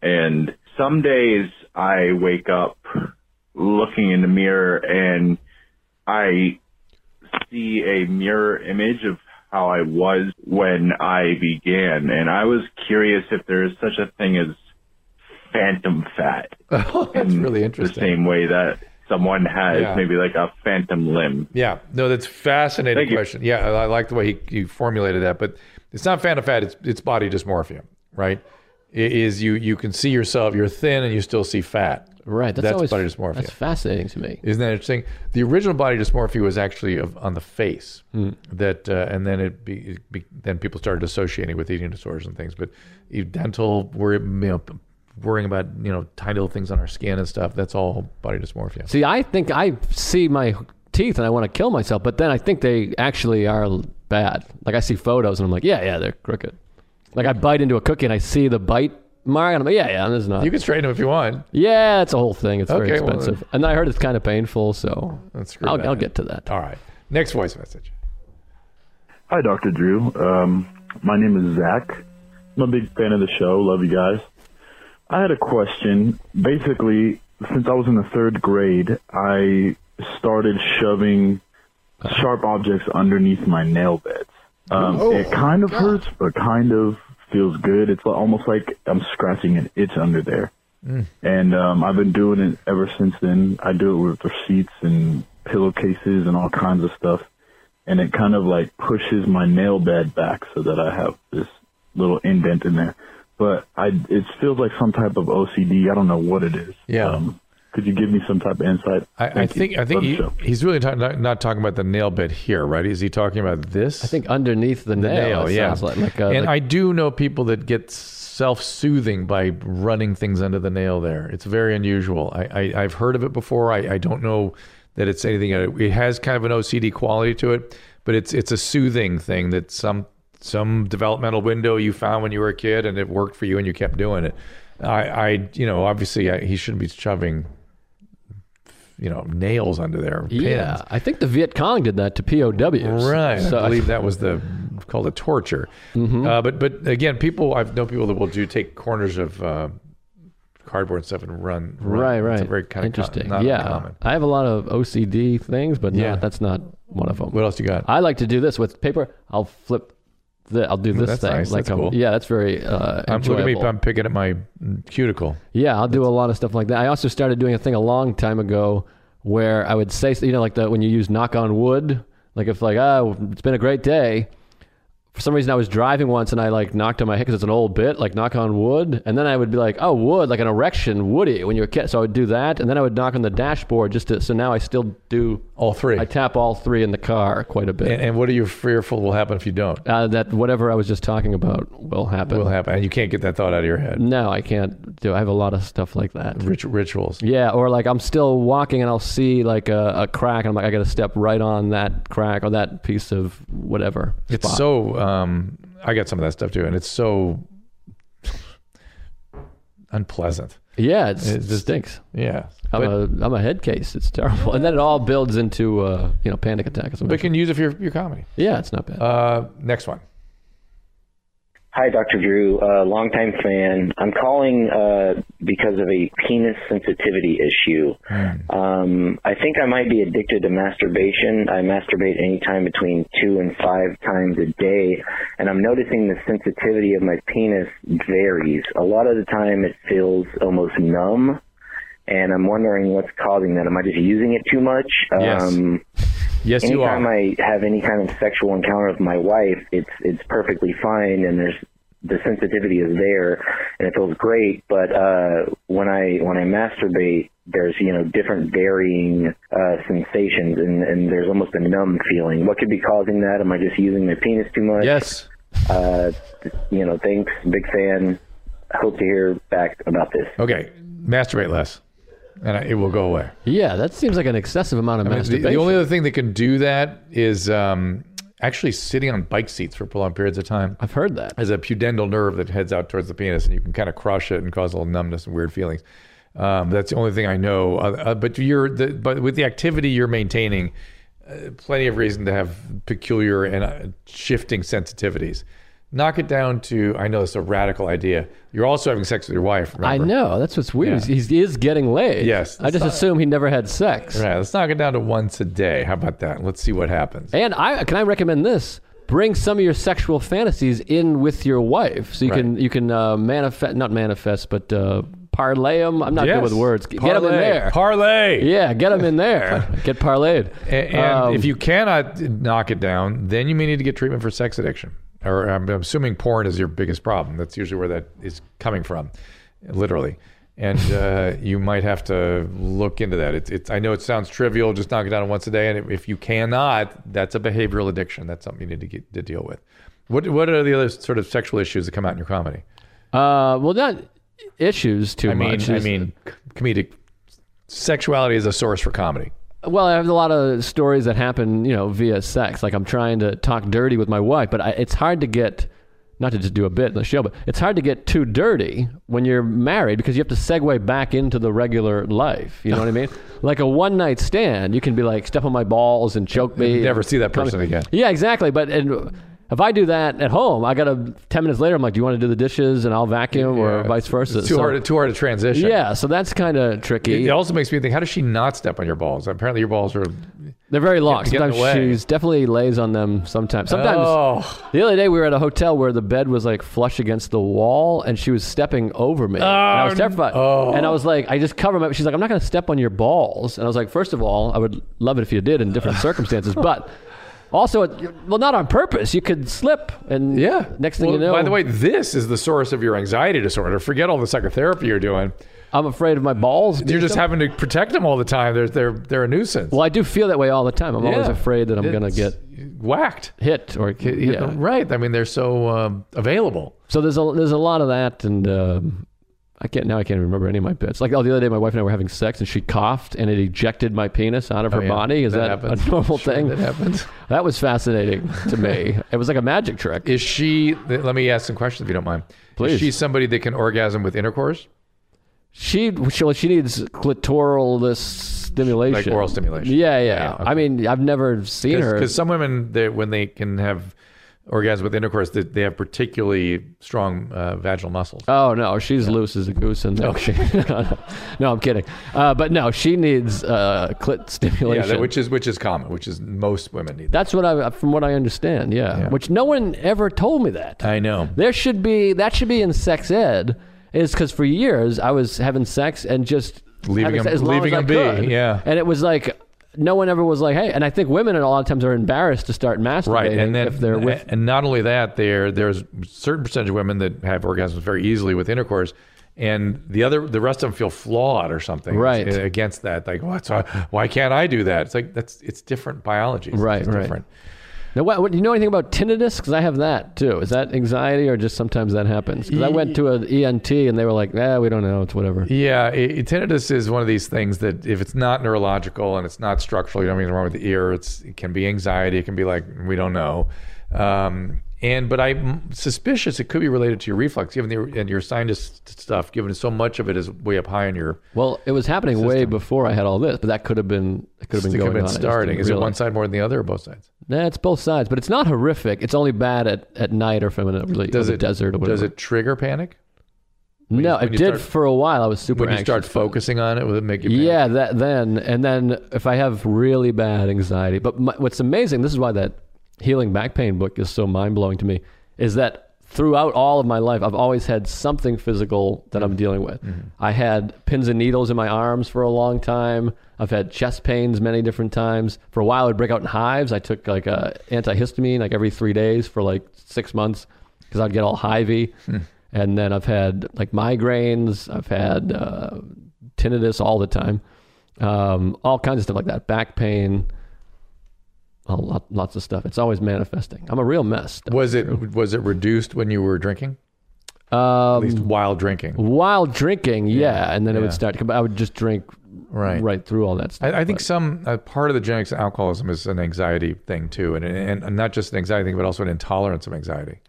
And some days I wake up looking in the mirror and I see a mirror image of how I was when I began. And I was curious if there is such a thing as phantom fat
That's really interesting.
the same way that someone has
Yeah.
maybe like a phantom limb.
Yeah, no, that's a fascinating
Thank you.
question. Yeah, I I like the way he, he formulated that, but it's not phantom fat; it's it's body dysmorphia, right? It is you you can see yourself, you're thin, and you still see fat.
Right. That's,
That's
always
body dysmorphia.
That's fascinating to me.
Isn't that interesting? The original body dysmorphia was actually of, on the face,
Hmm.
that uh, and then it, be, it be, then people started associating with eating disorders and things. But you- dental worry, you know, worrying about you know tiny little things on our skin and stuff. That's all body dysmorphia.
See, I think I see my teeth and I want to kill myself, but then I think they actually are l- bad. Like I see photos and I'm like, yeah, yeah, they're crooked. Like I bite into a cookie and I see the bite mark and I'm like, yeah, yeah, this is not.
You can straighten them if you want.
yeah, it's a whole thing. It's very
Okay, well, uh,
expensive. and I heard it's kind of painful, so
Let's screw
I'll,
that
I'll
in.
get to that.
All right. Next voice message.
Hi, Dr. Drew. Um, my name is Zach. I'm a big fan of the show. Love you guys. I had a question. Basically, since I was in the third grade, I started shoving sharp objects underneath my nail beds. Um,
Oh,
it kind of hurts, but kind of feels good. It's almost like I'm scratching an itch under there.
Mm.
And um, I've been doing it ever since then. I do it with receipts and pillowcases and all kinds of stuff and it kind of like pushes my nail bed back so that I have this little indent in there. But I, it feels like some type of OCD. I don't know what it is. Um,
Yeah.
could you give me some type of insight?
I, I
Thank you.
think I
Love
think
the
he,
show.
he's really talking not, not talking about the nail bit here, right? Is he talking about this?
I think underneath the, nail, it
yeah.
sounds like, like a,
and
like-
I do know people that get self-soothing by running things under the nail. There, it's very unusual. I, I I've heard of it before. I, I don't know that it's anything. uh, It has kind of an OCD quality to it, but it's it's a soothing thing that some some developmental window you found when you were a kid and it worked for you and you kept doing it. I I you know obviously I, he shouldn't be shoving you know nails under there.
yeah,
pins.
I think the Viet Cong did that to POWs.
Right.
So
I believe that was the called a torture.
Mm-hmm.
Uh, but but again, people I've known people that will do take corners of uh, cardboard and stuff and run. run.
Right, right.
It's a very kind of
interesting.
not
yeah,
uncommon.
I have a lot of OCD things, but
Yeah.
yeah, that's not one of them.
What else you got?
I like to do this with paper. I'll flip. The, I'll do this
that's
thing.
nice.
Like,
That's
I'm-
cool.
yeah, that's very uh,
I'm Um, look at me.
enjoyable.
I'm picking at my cuticle.
yeah, I'll do a lot of stuff like that. I also started doing a thing a long time ago where I would say, you know, like the when you use knock on wood, like if like oh, it's been a great day. For some reason, I was driving once and I like knocked on my head because it's an old bit, like knock on wood, and then I would be like, oh, wood, like an erection, woody. When you're a kid, so I would do that, and then I would knock on the dashboard just to. So now I still do
All three.
I tap all three in the car quite a bit.
and, and what are you fearful will happen if you don't?
uh, that whatever I was just talking about will happen.
Will happen, and you can't get that thought out of your head.
No, I can't do. I have a lot of stuff like that.
Rit- rituals.
Yeah, or like I'm still walking and I'll see like a, a crack and I'm like I got to step right on that crack or that piece of whatever.
It's
spot.
so. Um, I got some of that stuff too, and it's so unpleasant.
Yeah, it's,
It
it
just-
stinks.
Yeah.
I'm
But-
a I'm a head case. It's terrible, and then it all builds into uh, you know panic attack or
But
something.
can you use it for your, your comedy.
Yeah, it's not bad.
Uh, next one.
Hi, Dr. Drew, uh, longtime fan. I'm calling uh, because of a penis sensitivity issue. Um, I think I might be addicted to masturbation. I masturbate anytime between two and five times a day, and I'm noticing the sensitivity of my penis varies. A lot of the time, it feels almost numb, and I'm wondering what's causing that. Am I just using it too much?
Yes.
Um,
Yes, you
anytime
are.
I have any kind of sexual encounter with my wife, it's it's perfectly fine, and there's the sensitivity is there, and it feels great. But uh, when I when I masturbate, there's you know different varying uh, sensations, and, and there's almost a numb feeling. What could be causing that? Am I just using my penis too much?
yes.
Uh, you know, thanks, big fan. Hope to hear back about this.
Okay. Masturbate less, and I, it will go away.
yeah, that seems like an excessive amount of
The,
masturbation.
the only other thing that can do that is um, actually sitting on bike seats for prolonged periods of time.
I've heard that.
Has a pudendal nerve that heads out towards the penis, and you can kind of crush it and cause a little numbness and weird feelings. Um, that's the only thing I know. Uh, uh, but you're, the, but with the activity you're maintaining, uh, plenty of reason to have peculiar and uh, shifting sensitivities. Knock it down to. I know it's a radical idea. You're also having sex with your wife. Remember?
I know that's what's weird.
Yeah.
He's, he is getting laid.
Yes.
I just assume he never had sex.
All right, let's knock it down to once a day. How about that? Let's see what happens.
And I can I recommend this. Bring some of your sexual fantasies in with your wife, so you can you can uh, manifest not manifest, but uh, parlay them. I'm not
Yes.
good with words. Get them in
Parlay.
there.
Parlay.
yeah, get them in there. Get parlayed.
A- And
Um,
if you cannot knock it down, then you may need to get treatment for sex addiction. Or I'm I'm assuming porn is your biggest problem. That's usually where that is coming from, literally. And uh, you might have to look into that. It's, it's, I know it sounds trivial, just knock it down once a day. And if- if you cannot, that's a behavioral addiction. That's something you need to get to deal with. What What are the other sort of sexual issues that come out in your comedy?
uh, well, not issues too
I mean,
much.
I
It's-
mean, c- comedic sexuality is a source for comedy.
Well, I have a lot of stories that happen, you know, via sex. Like I'm trying to talk dirty with my wife, but I, it's hard to get, not to just do a bit in the show, but it's hard to get too dirty when you're married because you have to segue back into the regular life. You know what I mean? Like a one night stand, you can be like, step on my balls and choke me.
Never see that person again.
Yeah, exactly. But and if I do that at home, I got to, 10 minutes later, I'm like, do you want to do the dishes and I'll vacuum
Yeah,
or
it's-
vice versa?
It's too
So-
hard. Too hard to transition.
yeah, so that's kind of tricky.
It also makes me think: How does she not step on your balls? Apparently, your balls are.
They're very long.
get in the
Sometimes
way.
she's definitely lays on them. Sometimes, sometimes.
Oh.
The other day we were at a hotel where the bed was like flush against the wall, and she was stepping over me. and I was terrified.
oh.
And I was like, I just covered my. She's like, I'm not going to step on your balls. And I was like, first of all, I would love it if you did in different circumstances, but also, it- well, not on purpose. You could slip, and Next thing
Well,
you know,
By the way, this is the source of your anxiety disorder. Forget all the psychotherapy you're doing.
I'm afraid of my balls.
You're just having to protect them all the time. They're they're they're a nuisance.
well, I do feel that way all the time. I'm always
Yeah.
afraid that I'm going to
It's
get
whacked.
hit or yeah.
Right. I mean, they're so um, available.
So there's a there's a lot of that, and um, I can't now I can't remember any of my bits. Like oh, the other day my wife and I were having sex, and she coughed, and it ejected my penis out of her
Oh, yeah.
body. Is
That
that,
happens.
a normal
Sure,
thing?
that happens.
That was fascinating to me. it was like a magic trick.
Is she? th- Let me ask some questions if you don't mind.
Please.
Is she somebody that can orgasm with intercourse,
She she, well, she needs clitoral stimulation,
like oral stimulation?
Yeah, yeah. I
okay.
mean, I've never seen her.
because some women they, when they can have orgasm with intercourse they, they have particularly strong uh, vaginal muscles
Oh no, she's loose as a goose in there. Okay. no, I'm kidding. Uh, but no, she needs uh, clit
yeah
stimulation.
that- which is which is common which is most women need that
That's what I, from what I understand. Yeah. Which no one ever told me that.
i know
There should be that should be in sex ed. Is because for years I was having sex and just
Leaving
having
them-
sex as long
leaving
as I
them be,
could.
yeah.
And it was like no one ever was like, hey. And I think women a lot of times are embarrassed to start masturbating
right and then eh.
if they're with.
and not only that there there's certain percentage of women that have orgasms very easily with intercourse and the other the rest of them feel flawed or something
Right.
It's against that like what's why can't i do that it's like that's it's different biology It's
Right,
just
right.
different.
Now, what, what, do you know anything about tinnitus? Because I have that too. Is that anxiety or just sometimes that happens? Because I went to an ENT and they were like, eh, we don't know. It's whatever.
Yeah, it, it- tinnitus is one of these things that if it's not neurological and it's not structural, you don't have anything wrong with the ear. It's it can be anxiety. It can be like we don't know, um, and but I'm suspicious it could be related to your reflux, given the and your sinus stuff, given so much of it is way up high in your.
Well, it was happening way before I had all this, but that could have been it could have been
Stick up
going
and
on. I just
starting.
didn't
Is it one
realize.
side more than the other, or both sides?
Nah, it's both sides, but it's not horrific. It's only bad at, at night or if I'm in a really
Does
or the
it
desert or whatever.
Does it trigger panic
no,
when
it
you
did
start-
for a while. I was super
when you
anxious.
start focusing on it? Will it make you? Panic?
Yeah, that then and then if I have really bad anxiety, but my, what's amazing, this is why that healing back pain book is so mind blowing to me, is that throughout all of my life, I've always had something physical that
Mm-hmm.
I'm dealing with. I had pins and needles in my arms for a long time. I've had chest pains many different times. For a while, I'd break out in hives. I took like a antihistamine like every three days for like six months because I'd get all hivey.
Hmm.
And then I've had like migraines. I've had uh, tinnitus all the time, um, all kinds of stuff like that, back pain, a lot, lots of stuff. It's always manifesting. I'm a real mess.
Was it was it reduced when you were drinking? At least
Um,
while drinking.
while drinking, yeah, and then it
yeah.
would start to come. I would just drink
Right.
right through all that stuff.
I, I think some uh, part of the genetics of alcoholism is an anxiety thing too, and, and and not just an anxiety thing, but also an intolerance of anxiety.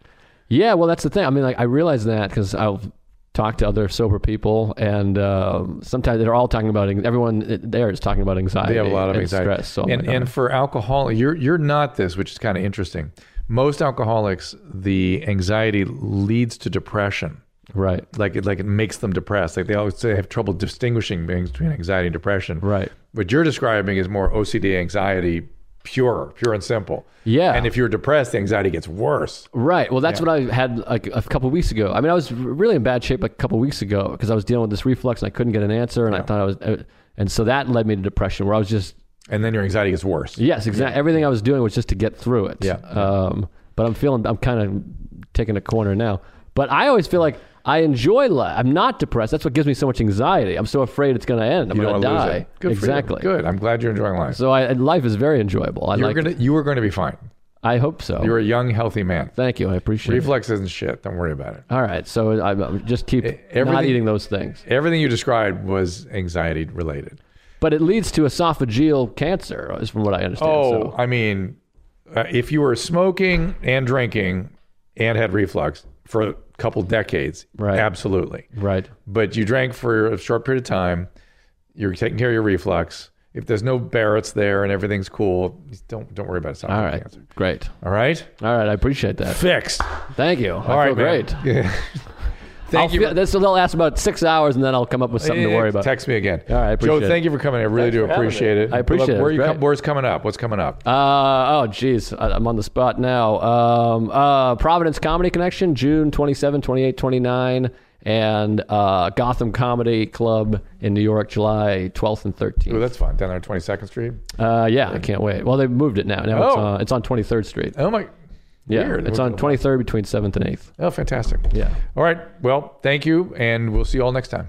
Yeah, well, that's the thing. I mean, like I realize that because I've talked to other sober people, and um, sometimes they're all talking about everyone there is talking about anxiety.
They have a lot of
and
anxiety.
stress. So I'm
and
like, "Oh,
and for alcohol, you're you're not this, which is kind of interesting. Most alcoholics, the anxiety leads to depression.
right,
Like it like it makes them depressed. Like they always say, have trouble distinguishing things between anxiety and depression.
right.
What you're describing is more OCD anxiety, pure, pure and simple.
Yeah.
And if you're depressed, the anxiety gets worse.
Right. Well, that's what I had like a couple of weeks ago. I mean, I was r- really in bad shape like a couple of weeks ago because I was dealing with this reflux and I couldn't get an answer, and I thought I was, uh, and so that led me to depression where I was just
And then your anxiety gets worse.
yes, exactly. Everything I was doing was just to get through it.
Yeah.
Um, but I'm feeling I'm kind of taking a corner now. But I always feel like I enjoy life. I'm not depressed. That's what gives me so much anxiety. I'm so afraid it's going to end. I'm
You
going
don't
to
want to
die.
lose it. Good
exactly.
For you. Good. I'm glad you're enjoying life.
So I, and life is very enjoyable. I
you're
like. Oh.
gonna you were gonna be fine.
I hope so.
You're a young, healthy man.
Thank you. I appreciate it.
Reflex isn't shit. Don't worry about it.
All right, so I, I just keep not
E, everything-
eating those things,
Everything you described was anxiety related.
but it leads to esophageal cancer, is from what I understand.
Oh,
so.
I mean, uh, if you were smoking and drinking and had reflux for a couple decades,
Right.
absolutely.
right,
But you drank for a short period of time, you're taking care of your reflux. If there's no Barrett's there and everything's cool, don't don't worry about esophageal
all right,
cancer.
great,
All right,
all right. I appreciate that.
fixed.
Thank you.
All
I
right,
feel
man.
great.
Yeah. Thank
I'll
you. Eh,
Feel, this will last about six hours, and then I'll come up with something to
Yeah,
worry about.
Text me again.
All right, I
Joe,
appreciate it.
thank you for coming. I really do appreciate it.
I appreciate it.
Where
It's
you
great.
com- where's coming up? What's coming up?
Uh, oh, geez, I- I'm on the spot now. Um, uh, Providence Comedy Connection, June 27, 28, 29, and uh, Gotham Comedy Club in New York, July 12th and 13th.
Oh, that's fun. Down there on 22nd Street.
Uh, yeah, I can't wait. Well, they moved it now. Now it's,
Oh.
on, it's on 23rd Street.
Oh my.
Yeah,
Weird.
it's on 23rd between 7th and 8th.
Oh, fantastic.
Yeah.
All right. Well, thank you, and we'll see you all next time.